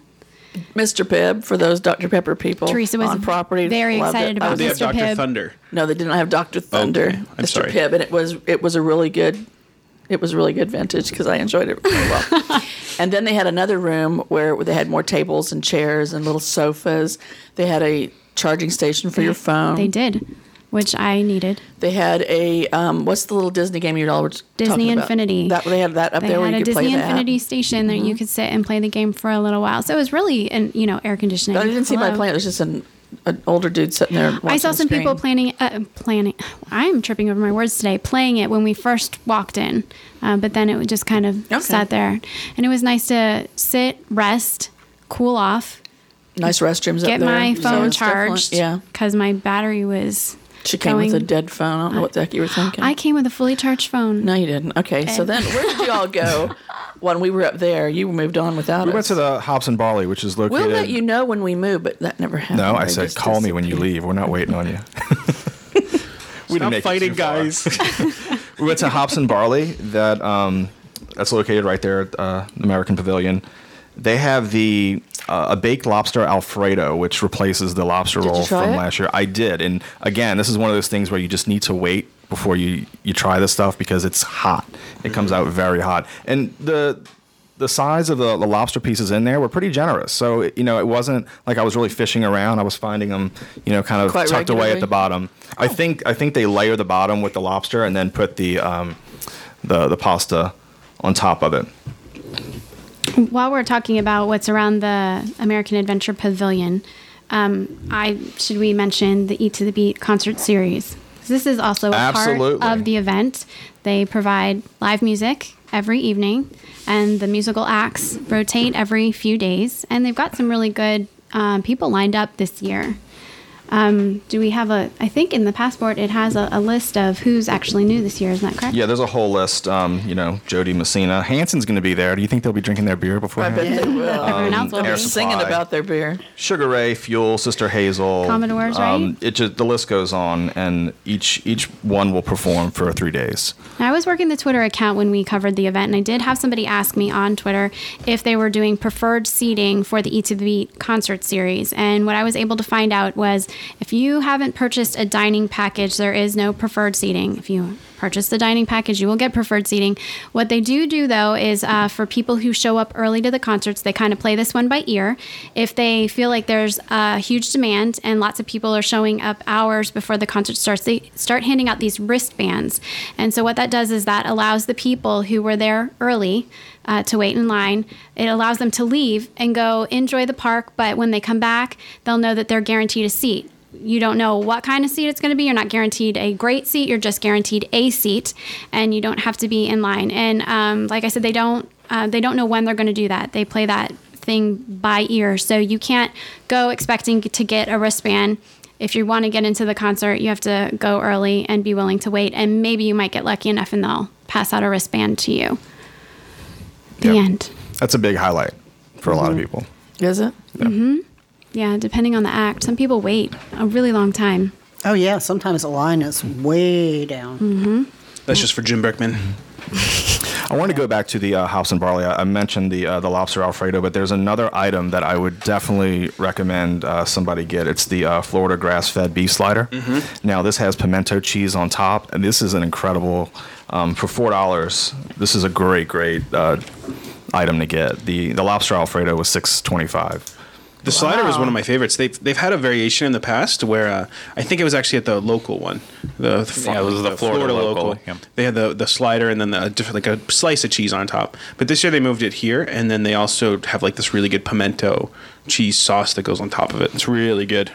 Mr. Pibb for those Dr. Pepper people. Teresa was on property. very Loved it. excited I about was- They have Mr. Doctor Pibb. Thunder. No, they didn't have Dr. Thunder. Okay, I'm Mr. sorry. Pibb, and it was it was a really good, it was a really good vintage because I enjoyed it really well. and then they had another room where they had more tables and chairs and little sofas. They had a charging station for your phone. They did, which I needed. They had a um, what's the little Disney game you're all were talking Disney about? Infinity. That they had that up They there where had you a could Disney play Mm-hmm. that. Infinity station that you could sit and play the game for a little while. So it was really, an, you know, air conditioning. I didn't see my Hello. plan. It was just an, an older dude sitting there. Watching I saw the some people screen. planning, uh, planning. I'm tripping over my words today. Playing it when we first walked in, uh, but then it would just kind of Okay. sat there, and it was nice to sit, rest, cool off, Nice restrooms up get there. my So phone it's definitely- charged, Yeah, because my battery was. she came with a going- dead phone. I don't know what the heck you were thinking. I came with a fully charged phone. no, you didn't. Okay, so then where did you all go when we were up there? You moved on without We us. went to the Hops and Barley, which is located. We'll let you know when we move, but that never happened. no, I They said just call me when you disappeared. leave. We're not waiting on you. we didn't Stop make it fighting, too far. guys. we went to Hops and Barley. That um, that's located right there at uh, the American Pavilion. They have the uh, a baked lobster Alfredo, which replaces the lobster roll try from it? last year. I did, and again, this is one of those things where you just need to wait before you you try this stuff because it's hot. It comes out very hot, and the the size of the, the lobster pieces in there were pretty generous. So it- you know, it wasn't like I was really fishing around. I was finding them, you know, kind of Quite tucked away at regularly? the bottom bottom. I think I think they layer the bottom with the lobster and then put the um, the the pasta on top of it. While we're talking about what's around the American Adventure Pavilion, um, I should we mention the Eat to the Beat concert series? 'Cause This is also a Absolutely. part of the event. They provide live music every evening, and the musical acts uh, rotate every few days. And they've got some really good um, people lined up this year. Um, do we have a? I think in the passport it has a, a list of who's actually new this year. Isn't that correct? Yeah, there's a whole list. Um, you know, Jody Messina, Hanson's going to be there. Do you think they'll be drinking their beer before? I bet they will. Um, Everyone else will um, Air be. Supply. Singing about their beer. Sugar Ray, Fuel, Sister Hazel, um, Commodores, right? It just the list goes on, and each each one will perform for three days. I was working the Twitter account when we covered the event, and I did have somebody ask me on Twitter if they were doing preferred seating for the E to the Beat concert series. And what I was able to find out was if you haven't purchased a dining package, there is no preferred seating. If you purchase the dining package, you will get preferred seating. What they do do, though, is uh, for people who show up early to the concerts, they kind of play this one by ear. If they feel like there's a huge demand and lots of people are showing up hours before the concert starts, they start handing out these wristbands. And so, what that does is that allows the people who were there early uh, to wait in line, it allows them to leave and go enjoy the park. But when they come back, they'll know that they're guaranteed a seat you don't know what kind of seat it's going to be. You're not guaranteed a great seat. You're just guaranteed a seat, and you don't have to be in line. And um, like I said, they don't uh, they don't know when they're going to do that. They play that thing by ear, so you can't go expecting to get a wristband. If you want to get into the concert, you have to go early and be willing to wait. And maybe you might get lucky enough, and they'll pass out a wristband to you. The Yep. end. That's a big highlight for a lot of people. Is it? Yeah, depending on the act, some people wait a really long time. Oh yeah, sometimes the line is way down. That's just for Jim Beckman. I want to go back to the uh, house and barley. I, I mentioned the uh, the lobster alfredo, but there's another item that I would definitely recommend uh, somebody get. It's the uh, Florida grass fed beef slider. Now this has pimento cheese on top, and this is an incredible um, for four dollars. This is a great great uh, item to get. the The lobster alfredo was six twenty five. The slider was one of my favorites. They've, they've had a variation in the past where uh, I think it was actually at the local one. The, the Yeah, it was the Florida local, yeah. They had the, the slider and then the different like a slice of cheese on top. But this year they moved it here, and then they also have like this really good pimento cheese sauce that goes on top of it. It's really good.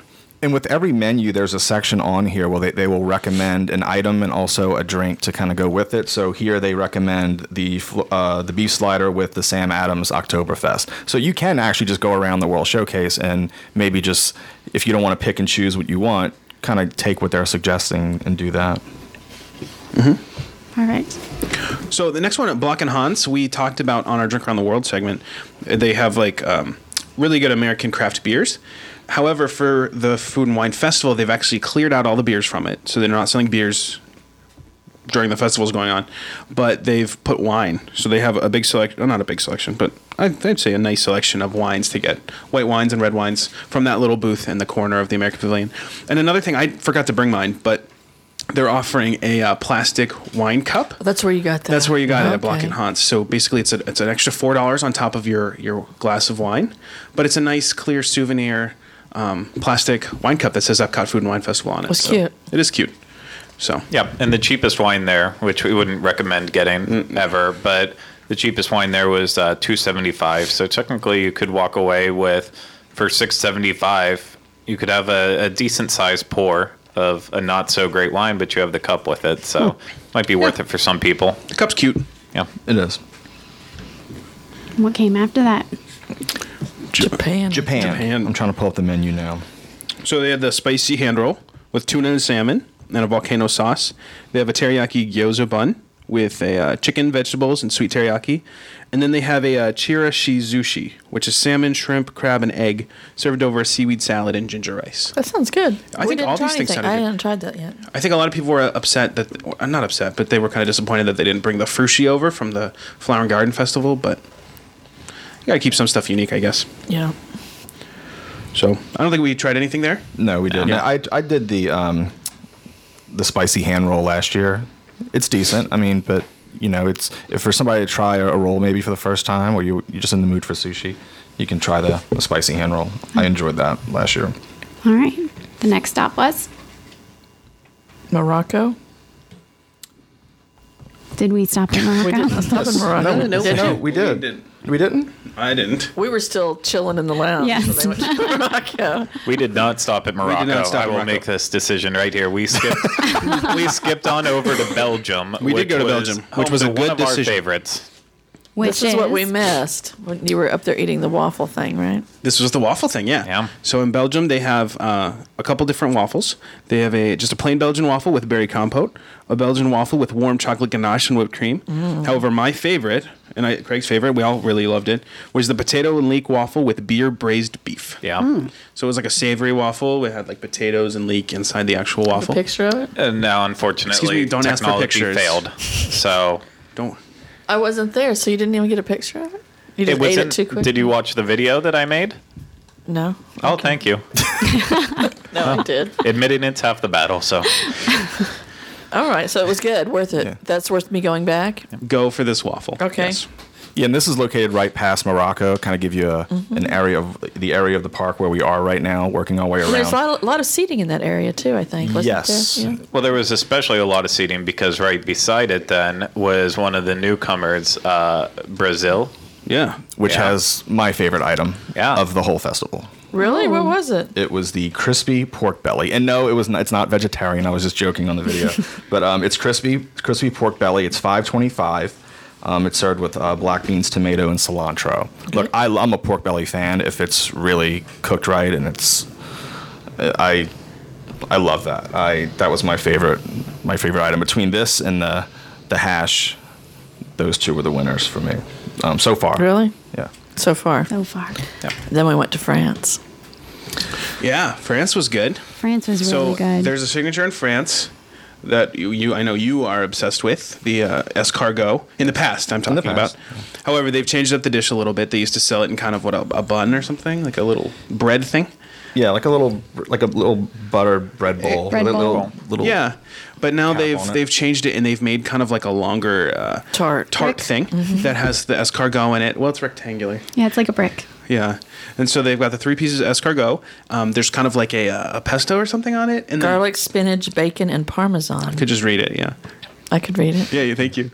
And with every menu, there's a section on here where they, they will recommend an item and also a drink to kind of go with it. So here they recommend the fl- uh, the beef slider with the Sam Adams Oktoberfest. So you can actually just go around the World Showcase and maybe just, if you don't want to pick and choose what you want, kind of take what they're suggesting and do that. All right. So the next one at Block and Hans, we talked about on our Drink Around the World segment. They have like um, really good American craft beers. However, for the Food and Wine Festival, they've actually cleared out all the beers from it, so they're not selling beers during the festival's going on. But they've put wine, so they have a big selection. Well, not a big selection, but I'd, I'd say a nice selection of wines to get white wines and red wines from that little booth in the corner of the American Pavilion. And another thing, I forgot to bring mine, but they're offering a uh, plastic wine cup. That's where you got that. That's where you got it at Block Okay. and Hans. So basically, it's a, it's an extra four dollars on top of your your glass of wine, but it's a nice clear souvenir um, plastic wine cup that says Epcot Food and Wine Festival on it. That's So cute. It is cute. So Yep, and the cheapest wine there, which we wouldn't recommend getting ever, but the cheapest wine there was uh, two seventy five. So technically, you could walk away with for six seventy five. You could have a, a decent sized pour of a not so great wine, but you have the cup with it, so might be worth it for some people. the cup's cute. Yeah, It is. What came after that? Japan. Japan. Japan. I'm trying to pull up the menu now. So they had the spicy hand roll with tuna and salmon and a volcano sauce. They have a teriyaki gyoza bun with a uh, chicken, vegetables, and sweet teriyaki. And then they have a uh, chirashi sushi, which is salmon, shrimp, crab, and egg, served over a seaweed salad and ginger rice. That sounds good. I think all these things anything. sounded I good. haven't tried that yet. I think a lot of people were upset that, or not upset, but they were kind of disappointed that they didn't bring the frushi over from the Flower and Garden Festival. But you gotta keep some stuff unique, I guess. Yeah. So I don't think we tried anything there. No, we didn't. I, I did the um, the spicy hand roll last year. It's decent. I mean, but you know, it's if for somebody to try a roll maybe for the first time, or you you're just in the mood for sushi, you can try the, the spicy hand roll. I enjoyed that last year. All right. The next stop was Morocco. Did we stop at Morocco? Stop in Morocco. No, Did you? we did. didn't. We didn't. I didn't. We were still chilling in the lounge. Yes. when they went to Morocco. we did not stop at Morocco. not stop I at will Morocco. make this decision right here. We skipped. we skipped on over to Belgium. We did which go to was Belgium, which home was a to good one of decision. Our favorites. Which this is, what we missed when you were up there eating the waffle thing, right? This was the waffle thing, yeah. Yeah. So in Belgium, they have uh, a couple different waffles. They have a just a plain Belgian waffle with berry compote, a Belgian waffle with warm chocolate ganache and whipped cream. However, my favorite and I, Craig's favorite, we all really loved it, was the potato and leek waffle with beer braised beef. Yeah. So it was like a savory waffle. It had like potatoes and leek inside the actual waffle. Picture of it. And now, unfortunately, Excuse me, don't ask for technology pictures. failed. So Don't. I wasn't there, so you didn't even get a picture of it. You just ate in- it too quick. Did you watch the video that I made? No, Oh, thank you. no, I did. Admitting it's half the battle. So All right, so it was good, worth it. Yeah. That's worth me going back. Go for this waffle. Okay. Yeah, and this is located right past Morocco. Kind of give you a, Mm-hmm. an area of the area of the park where we are right now, working our way around. There's a lot, of, lot of seating in that area too. I think. Wasn't yes, There? Yeah. Well, there was especially a lot of seating because right beside it then was one of the newcomers, uh, Brazil. Yeah. which Yeah. has my favorite item Yeah. of the whole festival. Really? What was it? It was the crispy pork belly, and no, it was not, it's not vegetarian. I was just joking on the video, but um, it's crispy crispy pork belly. It's five twenty five. Um, it's served with uh, black beans, tomato, and cilantro. Look, I, I'm a pork belly fan. If it's really cooked right, and it's, uh, I, I love that. I that was my favorite, my favorite item between this and the, the hash. Those two were the winners for me, um, so far. Really? Yeah. So far. so far. Then we went to France. Mm. Yeah. France was good. France was really so good. there's a signature in France that you, you I know you are obsessed with the uh, escargot in the past I'm talking the past. about. However, they've changed up the dish a little bit. They used to sell it in kind of what a, a bun or something, like a little bread thing. Yeah, like a little, like a little buttered bread bowl. Bread little, bowl. Little, little- Yeah, but now Cap they've on it. they've changed it and they've made kind of like a longer uh, Tart. tart thing that has the escargot in it. Well, it's rectangular. yeah, it's like a brick. Yeah, and so they've got the three pieces of escargot. Um, there's kind of like a, uh, a pesto or something on it, and then- Garlic, spinach, bacon, and parmesan. I could just read it. Yeah. I could read it. Yeah, yeah, thank you.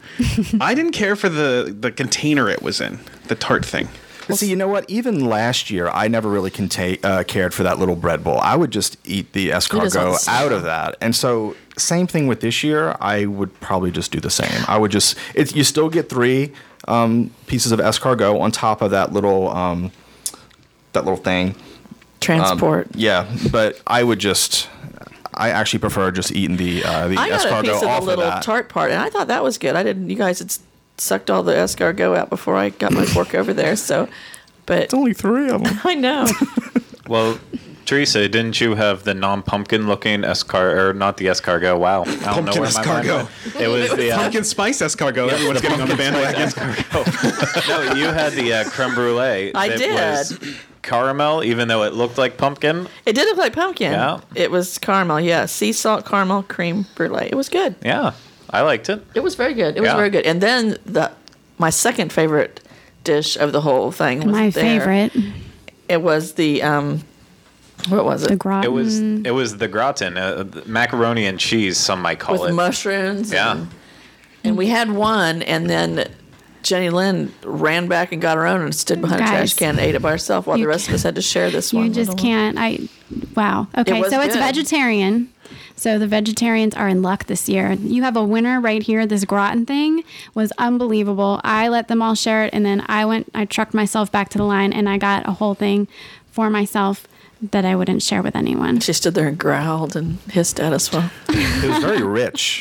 I didn't care for the the container it was in, the tart thing. But see, you know what? Even last year, I never really conta- uh, cared for that little bread bowl. I would just eat the want escargot to- out of that. And so, same thing with this year. I would probably just do the same. I would just. It's you still get three um, pieces of escargot on top of that little um, that little thing. Um, Transport. yeah, but I would just. I actually prefer just eating the uh, the I got escargot a piece of off the little of that. tart part, and I thought that was good. I didn't. You guys had s- sucked all the escargot out before I got my fork over there. So, but It's only three of them. I know. Well, Teresa, didn't you have the non-pumpkin looking escar or not the escargot? Wow, I don't Pumpkin my mind escargot. went. It was the uh, Pumpkin spice escargot. Everyone's getting on the bandwagon. no. You had the uh, creme brulee. I that did. Was caramel, even though it looked like pumpkin. It did look like pumpkin. Yeah. It was caramel. Yeah, sea salt caramel cream brulee. It was good. Yeah, I liked it. It was very good. It was Yeah. very good. And then the my second favorite dish of the whole thing. Was My there. favorite, It was the um, what was the it? gratin. It was Um, it was the gratin, uh, the macaroni and cheese. Some might call With it. mushrooms. yeah, And, and we had one, and then Jenny Lynn ran back and got her own and stood behind a trash Guys. can and ate it by herself while You the rest of us had to share this one. You just little one. can't. I wow. Okay, was so it's good. vegetarian. So the vegetarians are in luck this year. You have a winner right here. This gratin thing was unbelievable. I let them all share it, and then I went. I trucked myself back to the line, and I got a whole thing for myself that I wouldn't share with anyone. She stood there and growled and hissed at us. Well, It was very rich.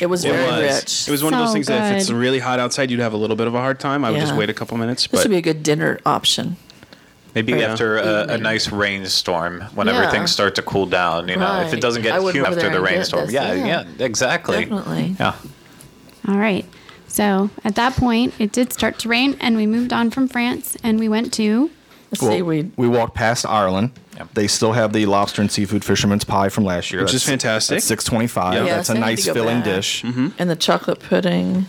it was It very was. rich. It was one of those So things that if it's good. really hot outside, you'd have a little bit of a hard time. I would just Yeah. wait a couple minutes. this but would be a good dinner option. maybe Yeah. after a, a nice rainstorm when Yeah. everything starts to cool down. You know, if Right. it doesn't I get would humid go there after the and get rainstorm. this, Yeah, yeah. yeah, exactly. Definitely. Yeah. All right. So at that point, it did start to rain, and we moved on from France, and we went to. Let's Well, see, we we walked past Ireland. Yep. They still have the lobster and seafood fisherman's pie from last year, Which is fantastic. Mm-hmm. Six twenty-five. Yeah. Yes, that's I a need to nice go filling back. dish. Mm-hmm. and the chocolate pudding.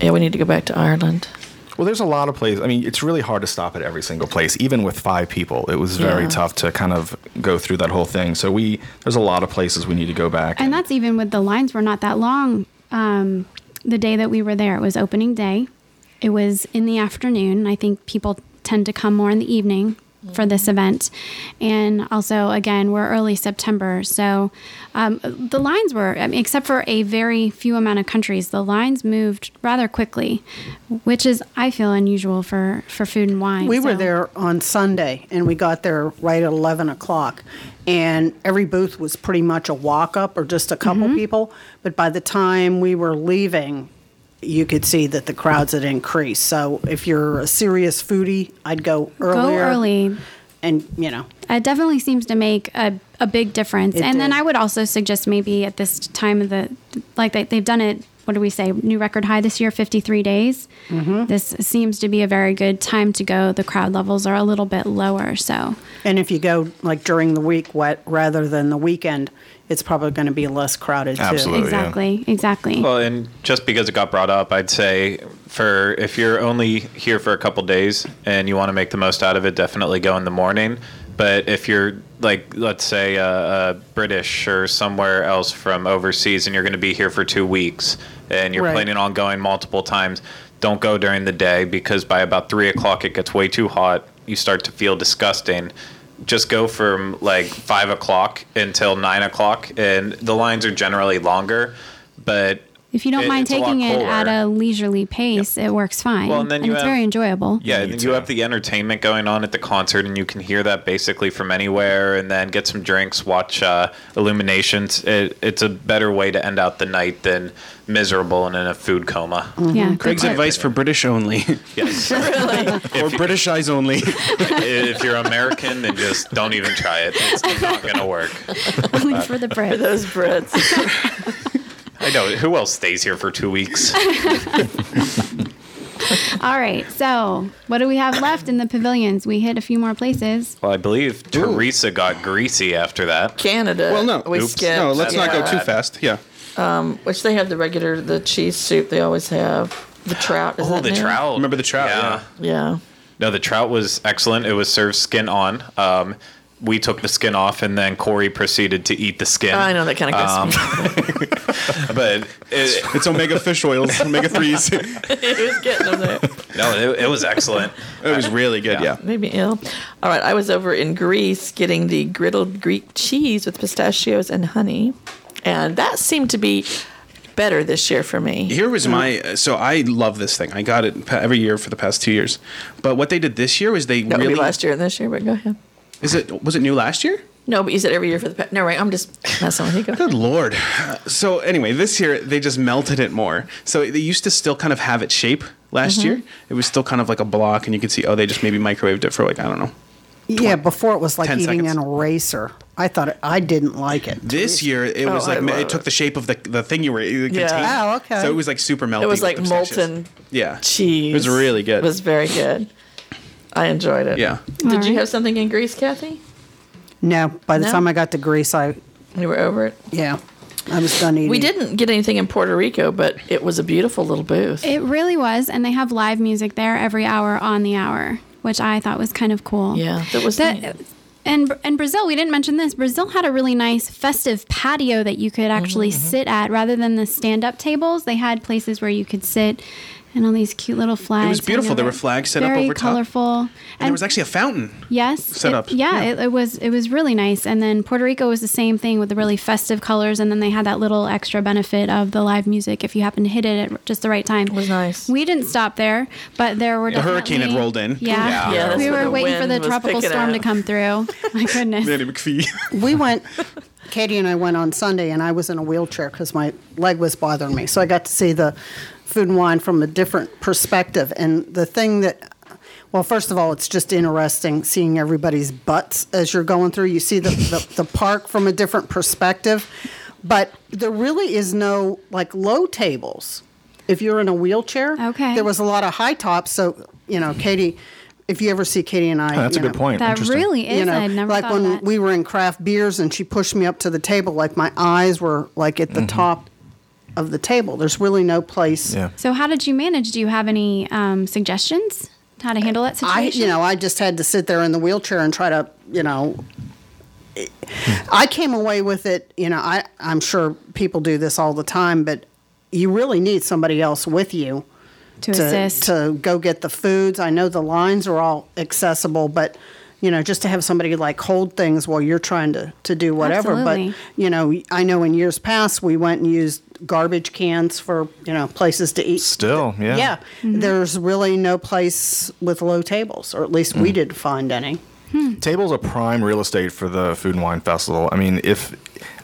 Yeah, we need to go back to Ireland. Well, there's a lot of places. I mean, it's really hard to stop at every single place, even with five people. It was very Yeah. tough to kind of go through that whole thing. So we there's a lot of places we need to go back. And that's even with the lines were not that long. Um, the day that we were there, it was opening day. It was in the afternoon. I think people tend to come more in the evening for this event. And also, again, we're early September, so um, the lines were, I mean, except for a very few amount of countries, the lines moved rather quickly, which is, I feel, unusual for, for food and wine. We were So- there on Sunday, and we got there right at 11 o'clock. And every booth was pretty much a walk up or just a couple people. But by the time we were leaving, you could see that the crowds had increased. So if you're a serious foodie, I'd go earlier. early. And, you know, It definitely seems to make a, a big difference. It and then did. I would also suggest maybe at this time of the, like they, they've done it, what do we say, new record high this year, 53 days. Mm-hmm. This seems to be a very good time to go. The crowd levels are a little bit lower. So, and if you go like during the week wet rather than the weekend, it's probably going to be less crowded too. Absolutely. Oh, yeah. exactly, exactly. Well, and just because it got brought up, I'd say for if you're only here for a couple days and you want to make the most out of it, definitely go in the morning. But if you're like, let's say, uh, uh, British or somewhere else from overseas, and you're going to be here for two weeks, and you're Right. planning on going multiple times, don't go during the day because by about three o'clock it gets way too hot. You start to feel disgusting. Just go from like five o'clock until nine o'clock, and the lines are generally longer. But if you don't it- mind it's a lot taking it at cooler. a leisurely pace, it works fine. Well, and then you it's have- very enjoyable. Yeah, and you have the entertainment going on at the concert, and you can hear that basically from anywhere, and then get some drinks, watch uh, Illuminations. It, it's a better way to end out the night than miserable and in a food coma. Yeah, Craig's good point. advice for British only, Yes. or British eyes only. if you're American, then just don't even try it. It's not going to work. Only for the Brit. Those Brits. I know. Who else stays here for two weeks? All right. So, what do we have left in the pavilions? We hit a few more places. Well, I believe Teresa got greasy after that. Canada. Well, no. We Oops. skipped. No, let's not go yeah. too fast. Yeah. Which they have the regular, the cheese soup they always have. The trout. Is Oh, that the new? trout. Remember the trout, yeah. Yeah. No, the trout was excellent. It was served skin on. Um, we took the skin off, and then Corey proceeded to eat the Oh, skin. Oh, I know that kind of goes me. Um. but it, It's omega fish oils, omega threes. it he was getting them there. no, it, it was excellent. was really good. Yeah. Made me ill. All right, I was over in Greece getting the griddled Greek cheese with pistachios and honey, and that seemed to be better this year for me. Here was my so I love this thing. I got it pa- every year for the past two years. But what they did this year was they That would really be last year and this year, but go ahead. is it was it new last year? No, but you said every year for the past. No, right? I'm just messing with you. Go ahead. Good lord. So anyway, this year they just melted it more. So they used to still kind of have its shape last Mm-hmm. year. It was still kind of like a block, and you could see oh they just maybe microwaved it for like I don't know. Yeah, before it was like 10 eating seconds. an eraser. I thought it, I didn't like it. This year it Oh, was I like ma- love it took it. the shape of the the thing you were the Yeah. container. Oh, okay. So it was like super melting. It was with like the pistachios. molten Yeah. cheese. It was really good. It was very good. I enjoyed it. Yeah. Did All you right. have something in Greece, Kathy? No, by the No? time I got to Greece, I You were over it. yeah, I was done eating. We didn't get anything in Puerto Rico, but it was a beautiful little booth. It really was, and they have live music there every hour on the hour, which I thought was kind of cool. Yeah, that was nice. And and Brazil, we didn't mention this. Brazil had a really nice festive patio that you could actually Mm-hmm, sit at rather than the stand-up tables. They had places where you could sit, and all these cute little flags. hanging beautiful. There over. were flags set up Very over top. colorful. And there was actually a fountain. Yes. set it- up. Yeah, Yeah. It, it was it was really nice. And then Puerto Rico was the same thing with the really festive colors, and then they had that little extra benefit of the live music if you happen to hit it at just the right time. It was nice. We didn't stop there, but there were The hurricane had definitely- rolled in. Yeah, Yeah. Yeah, that's we when were the waiting for wind the was tropical picking storm to up. come through. My goodness. Nanny McPhee. We went. Katie and I went on Sunday, and I was in a wheelchair because my leg was bothering me. So I got to see the food and wine from a different perspective. And the thing that, well, first of all, it's just interesting seeing everybody's butts as you're going through. You see the, the, the park from a different perspective, but there really is no like low tables. If you're in a wheelchair, Okay. there was a lot of high tops. So, you know, Katie, if you ever see Katie and I, Oh, that's a you good know, point. That Interesting. really is. you know, I had never like thought when of that. we were in craft beers and she pushed me up to the table, like my eyes were like at the top of the table. There's really no place. Yeah. so how did you manage? Do you have any um, suggestions how to handle that I, situation? you know, I just had to sit there in the wheelchair and try to, you know, I came away with it. You know, I, I'm sure people do this all the time, but you really need somebody else with you. to to, assist. to go get the foods. I know the lines are all accessible, but you know, just to have somebody like hold things while you're trying to, to do whatever. Absolutely. But, you know, I know in years past we went and used garbage cans for, you know, places to eat. Still, yeah. Yeah. Mm-hmm. There's really no place with low tables, or at least we didn't find any. Tables are prime real estate for the Food and Wine Festival. I mean, if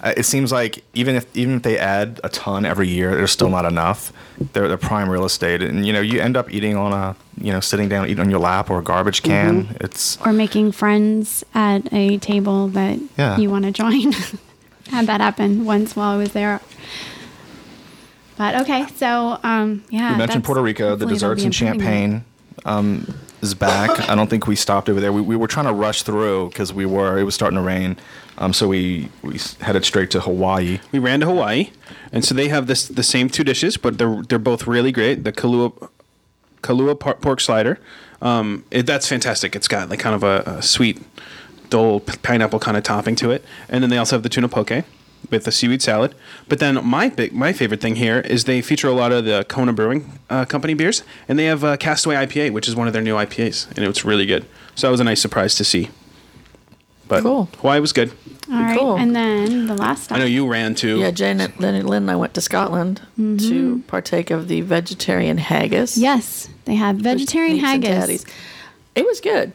uh, it seems like even if even if they add a ton every year, there's still not enough. They're, they're prime real estate, and you know you end up eating on a you know sitting down eating on your lap or a garbage can. Mm-hmm. It's or making friends at a table that Yeah. you want to join. Had that happen once while I was there. But okay, so um, yeah. You mentioned that's- Puerto Rico. hopefully The they'll desserts be and improving that. champagne um, is back. I don't think we stopped over there. We, we were trying to rush through because we were. It was starting to rain, um, so we we s- headed straight to Hawaii. we ran to Hawaii, and so they have this the same two dishes, but they're they're both really great. The Kalua Kalua por- pork slider, um, it, that's fantastic. It's got like kind of a, a sweet, dull p- pineapple kind of topping to it, and then they also have the tuna poke with the seaweed salad. But then my big my favorite thing here is they feature a lot of the Kona Brewing uh, Company beers, and they have uh, Castaway IPA, which is one of their new IPAs, and it's really good. So that was a nice surprise to see. But Cool. Hawaii was good. All right, Cool. and then the last. Stop. I know you ran to Yeah, Jane and Lynn, Lynn and I went to Scotland Mm-hmm. to partake of the vegetarian haggis. Yes, they had vegetarian Meats and haggis. tatties. It was good.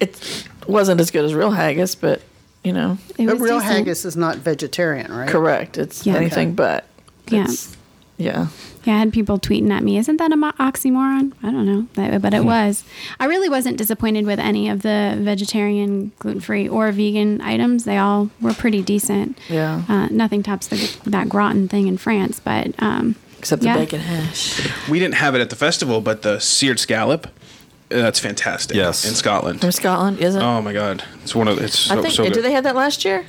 It wasn't as good as real haggis, but you know, It But was real decent. haggis is not vegetarian, right? correct. It's Yeah. anything but. Yeah. It's- yeah. Yeah, I had people tweeting at me, isn't that a mo- oxymoron? I don't know, but- but it was. I really wasn't disappointed with any of the vegetarian, gluten free, or vegan items. They all were pretty decent. Yeah. Uh, nothing tops the, that gratin thing in France, but. Um, Except the yeah. bacon hash. We didn't have it at the festival, but the seared scallop, uh, that's fantastic. Yes. in From Scotland. Scotland, is it? Oh my god, it's one of it's so, I think. so good. did they have that last year?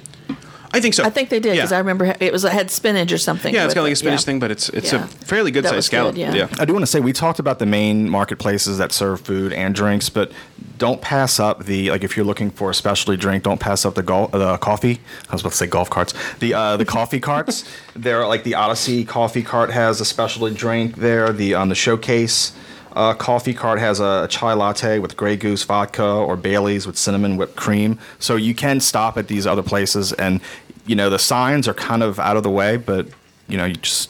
I think so. I think they did Yeah, because I remember ha- it was it had spinach or something. yeah it's with got like it, a spinach yeah. thing, but it's it's Yeah. a fairly good That sized was good, scallop. yeah. yeah. I do want to say we talked about the main marketplaces that serve food and drinks, but don't pass up the like if you're looking for a specialty drink, don't pass up the golf the coffee. I was about to say golf carts. The uh, the coffee carts. They're like the Odyssey coffee cart has a specialty drink there. The on the showcase. Uh, coffee cart has a chai latte with Grey Goose vodka or Bailey's with cinnamon whipped cream. So you can stop at these other places, and you know the signs are kind of out of the way, but you know you just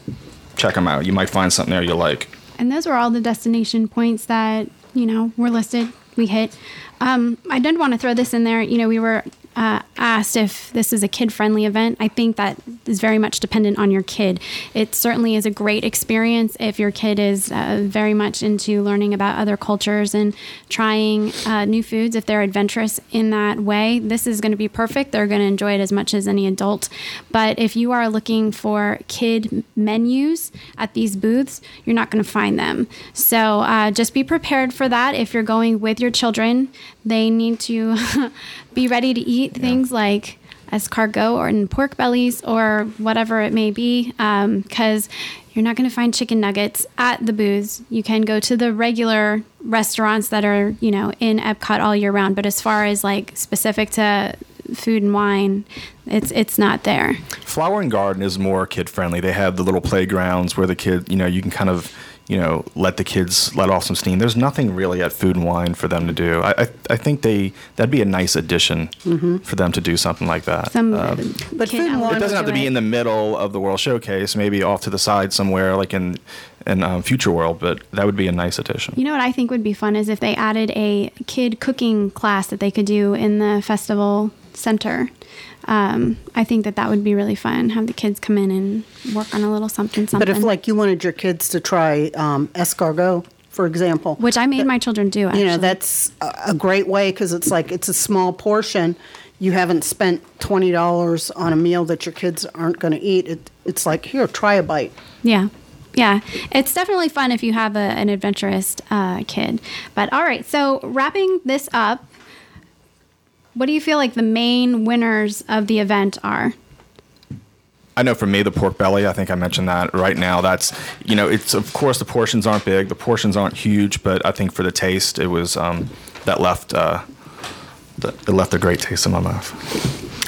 check them out. You might find something there you like. And those were all the destination points that, you know, were listed, we hit. Um, I did want to throw this in there. You know, we were uh, asked if this is a kid friendly event. I think that is very much dependent on your kid. It certainly is a great experience if your kid is uh, very much into learning about other cultures and trying uh, new foods. If they're adventurous in that way, this is going to be perfect. They're going to enjoy it as much as any adult. But if you are looking for kid menus at these booths, you're not going to find them. So uh, just be prepared for that. If you're going with your children, they need to be ready to eat things like escargot or in pork bellies or whatever it may be, because you're not going to find chicken nuggets at the booths. You can go to the regular restaurants that are, you know, in Epcot all year round. But as far as like specific to food and wine, it's it's not there. Flower and Garden is more kid friendly. They have the little playgrounds where the kid, you know, you can kind of, you know, let the kids let off some steam. There's nothing really at Food and Wine for them to do. I, I, I think they that'd be a nice addition for them to do something like that. Um, Some But food and wine- it doesn't have to be in the middle of the World Showcase. Maybe off to the side somewhere, like in in um, Future World. But that would be a nice addition. You know what I think would be fun is if they added a kid cooking class that they could do in the festival center. Um, I think that that would be really fun. Have the kids come in and work on a little something something. But if, like, you wanted your kids to try um, escargot, for example, which I made my children do. Actually. you know that's a a great way because it's like it's a small portion you haven't spent $20 on a meal that your kids aren't going to eat it, it's like here try a bite Yeah. Yeah. It's definitely fun if you have a, an adventurous uh, kid. But all right. So, wrapping this up, what do you feel like the main winners of the event are? I know for me, the pork belly, I think I mentioned that right now. That's, you know, it's, of course, the portions aren't big, the portions aren't huge, but I think for the taste, it was, um, that left, uh, that- it left a great taste in my mouth.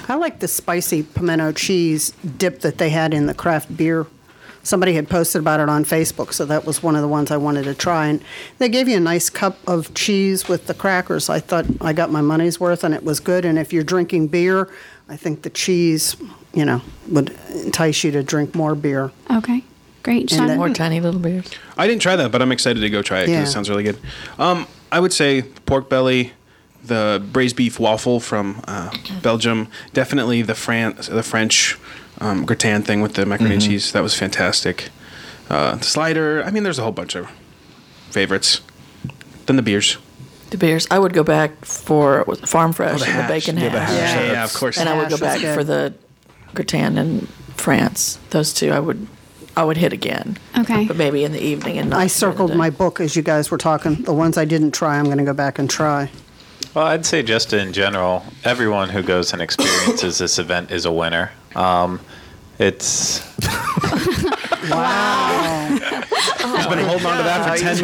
i like the spicy pimento cheese dip that they had in the craft beer somebody had posted about it on Facebook, so that was one of the ones I wanted to try. And they gave you a nice cup of cheese with the crackers. I thought I got my money's worth, and it was good. And if you're drinking beer, I think the cheese, you know, would entice you to drink more beer. Okay. Great. And Sean? that- More tiny little beers. I didn't try that, but I'm excited to go try it because Yeah. it sounds really good. Um, I would say pork belly, the braised beef waffle from uh, Belgium, definitely the Fran- the French um, gratin thing with the macaroni and cheese. That was fantastic. Uh, slider. I mean, there's a whole bunch of favorites. Then the beers. The beers. I would go back for was it Farm Fresh Oh, the and the hash. bacon Yeah, hash. the hash. Yeah. Yeah, of course. And I would Hash go was back good. for the gratin in France. Those two I would I would hit again. Okay. But maybe in the evening and not I during the circled day. my book as you guys were talking. The ones I didn't try, I'm going to go back and try. Well, I'd say just in general, everyone who goes and experiences this event is a winner. Um, it's I've been holding on to that for ten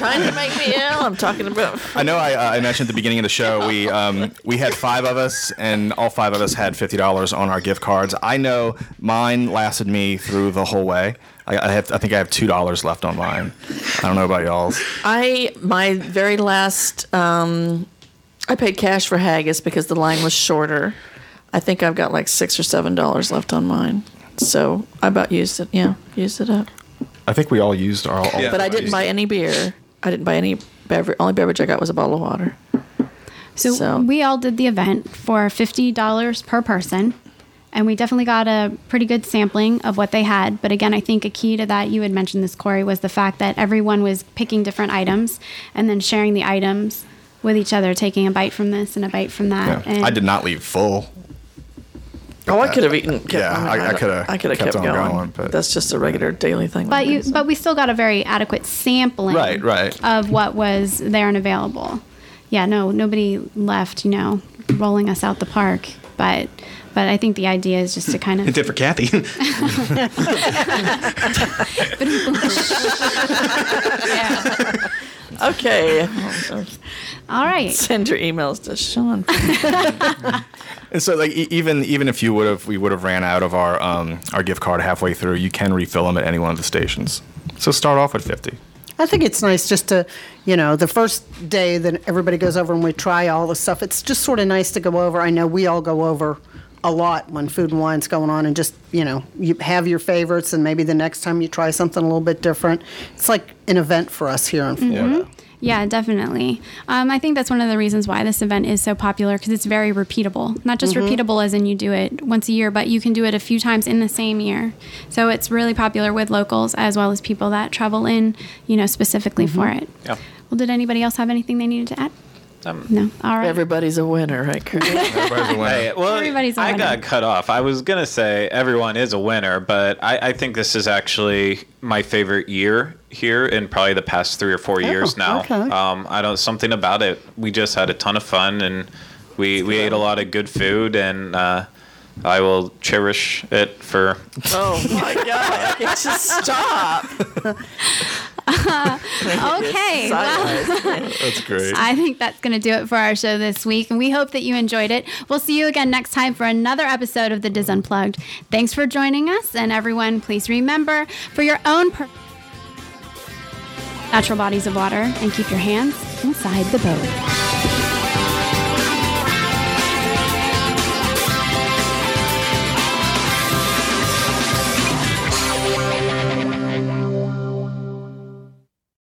You're trying to make me ill. I'm talking about I know I, uh, I mentioned at the beginning of the show we um, we had five of us, and all five of us had fifty dollars on our gift cards. I know mine lasted me through the whole way. I, I have I think I have two dollars left on mine. I don't know about y'all's. I my very last um, I paid cash for haggis because the line was shorter. I think I've got like six or seven dollars left on mine. So I about used it. Yeah, used it up. I think we all used our. All, Yeah. But I didn't buy any beer. I didn't buy any beverage. Only beverage I got was a bottle of water. So, So- we all did the event for fifty dollars per person, and we definitely got a pretty good sampling of what they had. But again, I think a key to that you had mentioned this, Corey, was the fact that everyone was picking different items and then sharing the items with each other, taking a bite from this and a bite from that. Yeah. And I did not leave full. Oh, I could have eaten. Kept, Yeah, mean, I- I coulda I could have kept kept, on going. going, but- That's just a regular daily thing. with But me, you, so. but we still got a very adequate sampling, Right, right. of what was there and available. Yeah, no, nobody left, you know, rolling us out the park. But, but I think the idea is just to kind It of did for Kathy. Yeah. okay, All right. send your emails to Sean. And so, like, e- even even if you would have, we would have ran out of our um, our gift card halfway through. You can refill them at any one of the stations. So start off with fifty. I think it's nice just to, you know, the first day that everybody goes over and we try all the stuff. It's just sort of nice to go over. I know we all go over a lot when food and wine's going on and just, you know, you have your favorites and maybe the next time you try something a little bit different. It's like an event for us here in Florida. Yeah, definitely. Um, I think that's one of the reasons why this event is so popular because it's very repeatable. Not just repeatable as in you do it once a year, but you can do it a few times in the same year. So it's really popular with locals as well as people that travel in, you know, specifically for it. Yeah. Well, did anybody else have anything they needed to add? Um, no. All right. Everybody's a winner, right? Kurt? Everybody's a winner. Hey, well, Everybody's a I winner. got cut off. I was gonna say everyone is a winner, but I, I think this is actually my favorite year here in probably the past three or four years now. okay. Um, I don't something about it. We just had a ton of fun and we we ate a lot of good food and. Uh, I will cherish it for. oh my god! It's just stop. Okay. Well, That's great. I think that's going to do it for our show this week, and we hope that you enjoyed it. We'll see you again next time for another episode of The Diz Unplugged. Thanks for joining us, and everyone, please remember for your own per- natural bodies of water and keep your hands inside the boat.